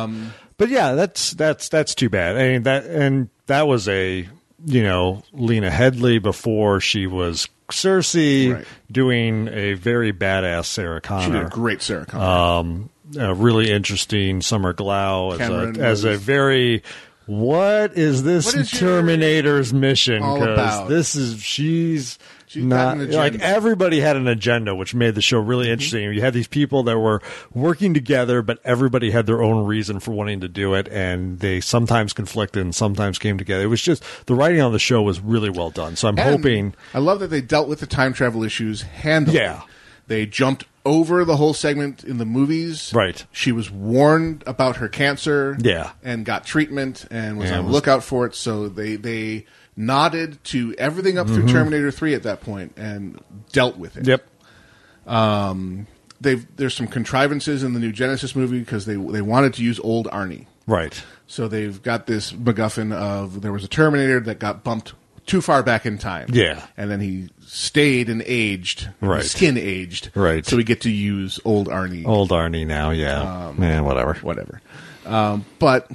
Speaker 2: but yeah, that's that's that's too bad. I mean that and that was a you know Lena Headley before she was Cersei
Speaker 1: Right.
Speaker 2: doing a very badass Sarah
Speaker 1: the ending. She did
Speaker 2: Connor.
Speaker 1: a great Sarah
Speaker 2: Uh,
Speaker 1: Connor.
Speaker 2: a really interesting Summer Glau as
Speaker 1: Cameron
Speaker 2: a, as a
Speaker 1: was-
Speaker 2: very what is this
Speaker 1: What is your-
Speaker 2: Terminator's mission?
Speaker 1: all
Speaker 2: Because
Speaker 1: about?
Speaker 2: this is she's
Speaker 1: She's got
Speaker 2: not
Speaker 1: an
Speaker 2: like
Speaker 1: agenda. Mm-hmm.
Speaker 2: everybody had an agenda, which made the show really interesting. You had these people that were working together, but everybody had their own reason for wanting to do it, and they sometimes conflicted and sometimes came together. It was just the writing on the show was really well done. So I'm
Speaker 1: And
Speaker 2: hoping
Speaker 1: I love that they dealt with the time travel issues handily.
Speaker 2: Yeah.
Speaker 1: They jumped over the whole segment in the movies.
Speaker 2: Right.
Speaker 1: She was warned about her cancer.
Speaker 2: Yeah.
Speaker 1: And got treatment and was
Speaker 2: And
Speaker 1: on the
Speaker 2: was-
Speaker 1: lookout for it. So they they nodded to everything up through Terminator Three at that point and dealt with it.
Speaker 2: Mm-hmm. Yep.
Speaker 1: They've, there's some contrivances in the new Genesis movie because they they wanted to use old Arnie.
Speaker 2: Right.
Speaker 1: So they've got this MacGuffin of there was a Terminator that got bumped too far back in time.
Speaker 2: Yeah.
Speaker 1: And then he stayed and aged.
Speaker 2: Right.
Speaker 1: His Skin aged.
Speaker 2: Right.
Speaker 1: So we get to use old Arnie.
Speaker 2: Old Arnie now, yeah.
Speaker 1: Um,
Speaker 2: Man, whatever.
Speaker 1: Whatever. Um, but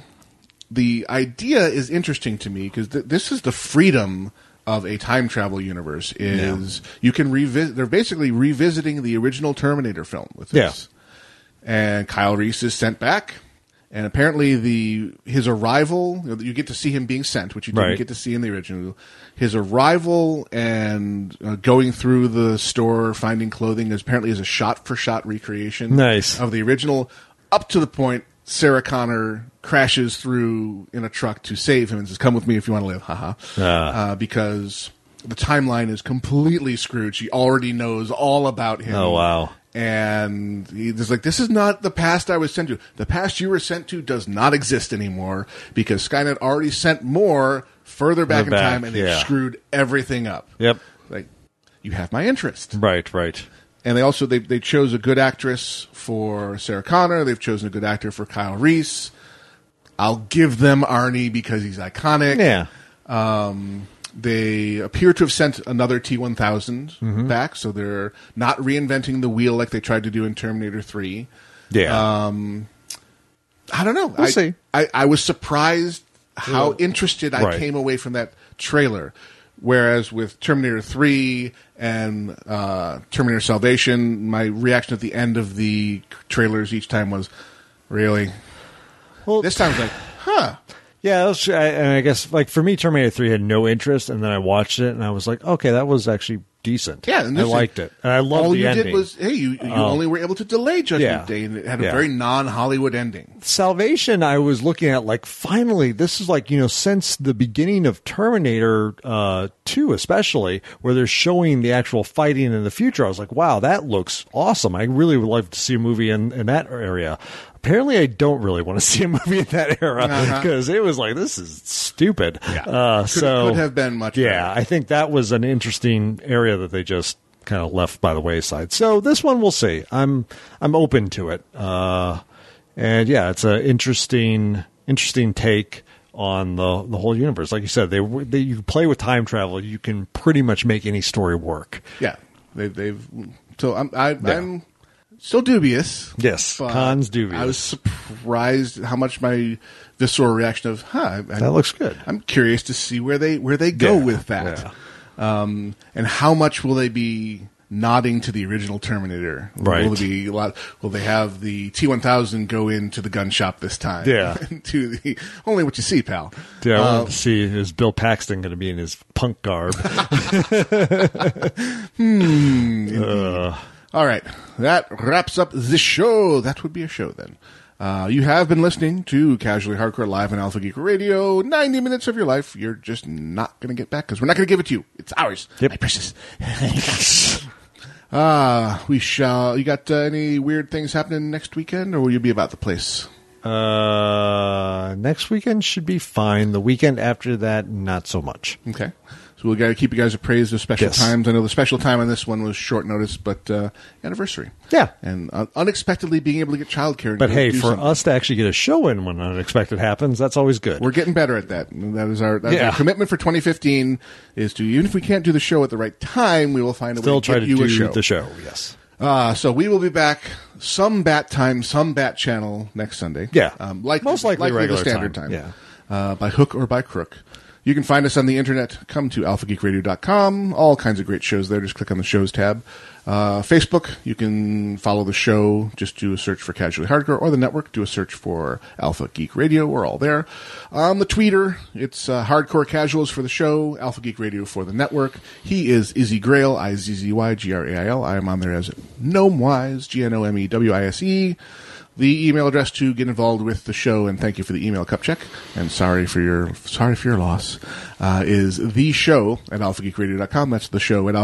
Speaker 1: the idea is interesting to me because th- this is the freedom of a time travel universe is you can revisit they're basically revisiting the original terminator film with
Speaker 2: Yeah.
Speaker 1: this and Kyle Reese is sent back. And apparently, the his arrival you, know, you get to see him being sent, which you didn't
Speaker 2: Right.
Speaker 1: get to see in the original. His arrival and uh, going through the store finding clothing is apparently is a shot for shot recreation,
Speaker 2: Nice.
Speaker 1: of the original, up to the point Sarah Connor crashes through in a truck to save him and says, "Come with me if you want to live," haha,
Speaker 2: Ah.
Speaker 1: uh, because the timeline is completely screwed. She already knows all about him.
Speaker 2: Oh, wow.
Speaker 1: And he's like, this is not the past I was sent to. The past you were sent to does not exist anymore because Skynet already sent more further back in
Speaker 2: back,
Speaker 1: time and they
Speaker 2: yeah.
Speaker 1: screwed everything up.
Speaker 2: Yep.
Speaker 1: Like, you have my interest.
Speaker 2: Right, right.
Speaker 1: And they also, they, they chose a good actress for Sarah Connor. They've chosen a good actor for Kyle Reese. I'll give them Arnie because he's iconic.
Speaker 2: Yeah.
Speaker 1: They appear to have sent another T1000 back, so they're not reinventing the wheel like they tried to do in Terminator 3.
Speaker 2: Yeah.
Speaker 1: I don't know. I,
Speaker 2: see.
Speaker 1: I, I was surprised how interested I
Speaker 2: Right.
Speaker 1: came away from that trailer. Whereas with Terminator 3 and uh, Terminator Salvation, my reaction at the end of the trailers each time was, really?
Speaker 2: well,
Speaker 1: This time I was like, huh.
Speaker 2: Yeah, it was, I, and I guess like for me, Terminator Three had no interest, and then I watched it, and I was like, okay, that was actually decent.
Speaker 1: Yeah, and
Speaker 2: I
Speaker 1: this-
Speaker 2: liked it, and I loved
Speaker 1: all
Speaker 2: the
Speaker 1: you
Speaker 2: ending. Oh.
Speaker 1: did was hey, you, you only were able to delay Judgment
Speaker 2: Yeah.
Speaker 1: Day, and it had a
Speaker 2: Yeah.
Speaker 1: very non-Hollywood ending.
Speaker 2: Salvation, I was looking at like finally, this is like, you know, since the beginning of Terminator uh, 2, especially, where they're showing the actual fighting in the future, I was like, wow, that looks awesome. I really would love to see a movie in, in that area. Apparently, I don't really want to (laughs) see a movie in that era because it was like, this is stupid. Uh, so,
Speaker 1: Uh-huh. could have been much
Speaker 2: Yeah,
Speaker 1: better.
Speaker 2: I think that was an interesting area that they just kind of left by the wayside. So this one we'll see. I'm I'm open to it. Uh, and yeah, it's an interesting interesting take on the the whole universe. Like you said, they, were- they you play with time travel, you can pretty much make any story work.
Speaker 1: Yeah, they, they've so I'm I, I'm still dubious.
Speaker 2: Yes,
Speaker 1: but
Speaker 2: cons dubious.
Speaker 1: I was surprised how much my visceral reaction of huh I-
Speaker 2: That looks good.
Speaker 1: I'm curious to see where they where they go
Speaker 2: Yeah,
Speaker 1: with that, um, and how much will they be nodding to the original Terminator?
Speaker 2: Right.
Speaker 1: Will it be a lot? Will they have the T1000 go into the gun shop this time?
Speaker 2: Yeah.
Speaker 1: (laughs) to the only what you see, pal.
Speaker 2: Yeah, I
Speaker 1: Uh,
Speaker 2: wanted to see is Bill Paxton going to be in his
Speaker 1: (laughs)
Speaker 2: punk garb?
Speaker 1: All right, that wraps up the show. That would be a show then. Uh, you have been listening to Casually Hardcore Live on Alpha Geek Radio. 90 minutes of your life you're just not going to get back because we're not going to give it to you. It's ours.
Speaker 2: Yep.
Speaker 1: My precious. (laughs) uh, we shall. You got uh, any weird things happening next weekend or will you be about the place?
Speaker 2: uh, next weekend should be fine. The weekend after that, not so much.
Speaker 1: Okay. So we got to keep you guys appraised of special
Speaker 2: Yes.
Speaker 1: times. I know the special time on this one was short notice, but uh, anniversary.
Speaker 2: Yeah.
Speaker 1: And uh, unexpectedly being able to get childcare. and
Speaker 2: But
Speaker 1: go
Speaker 2: hey,
Speaker 1: do
Speaker 2: for
Speaker 1: something.
Speaker 2: us to actually get a show in when unexpected happens, that's always good.
Speaker 1: We're getting better at that. That is our, that's
Speaker 2: Yeah.
Speaker 1: our commitment for 2015 is to even if we can't do the show at the right time, we will find a
Speaker 2: Still
Speaker 1: way to
Speaker 2: try
Speaker 1: get
Speaker 2: to
Speaker 1: you
Speaker 2: do
Speaker 1: a show.
Speaker 2: the show. Yes.
Speaker 1: Uh, so we will be back some bat time, some bat channel next Sunday.
Speaker 2: Yeah.
Speaker 1: um, likely,
Speaker 2: Most likely regular
Speaker 1: the standard
Speaker 2: time.
Speaker 1: time. Yeah, uh, by hook or by crook. You can find us on the internet. Come to alphageekradio.com. All kinds of great shows there. Just click on the shows tab. Uh, Facebook, you can follow the show. Just do a search for Casually Hardcore or the network. Do a search for Alpha Geek Radio. We're all there. On the Twitter, it's uh, Hardcore Casuals for the show, Alpha Geek Radio for the network. He is Izzy Grail, I Z Z Y G R A I L. I am on there as Gnome Wise, G N O M E W I S E. The email address to get involved with the show, and thank you for the email cup check, and sorry for your sorry for your loss, uh, is the show at alphageekradio.com. That's the show at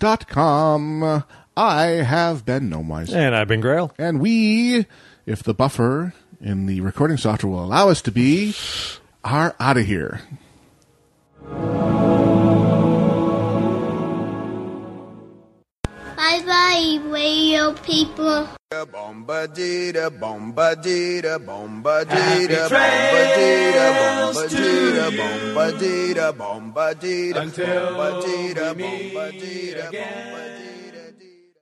Speaker 1: alphageekradio.com. I have been Gnomewise.
Speaker 2: And I've been Grail.
Speaker 1: And we, if the buffer in the recording software will allow us to be, are out of here.
Speaker 8: Bye bye, radio people.
Speaker 9: Bombadita, bombadita, bombadita, bombadita, bombadita, bombadita, bombadita, bombadita, bombadita, bombadita.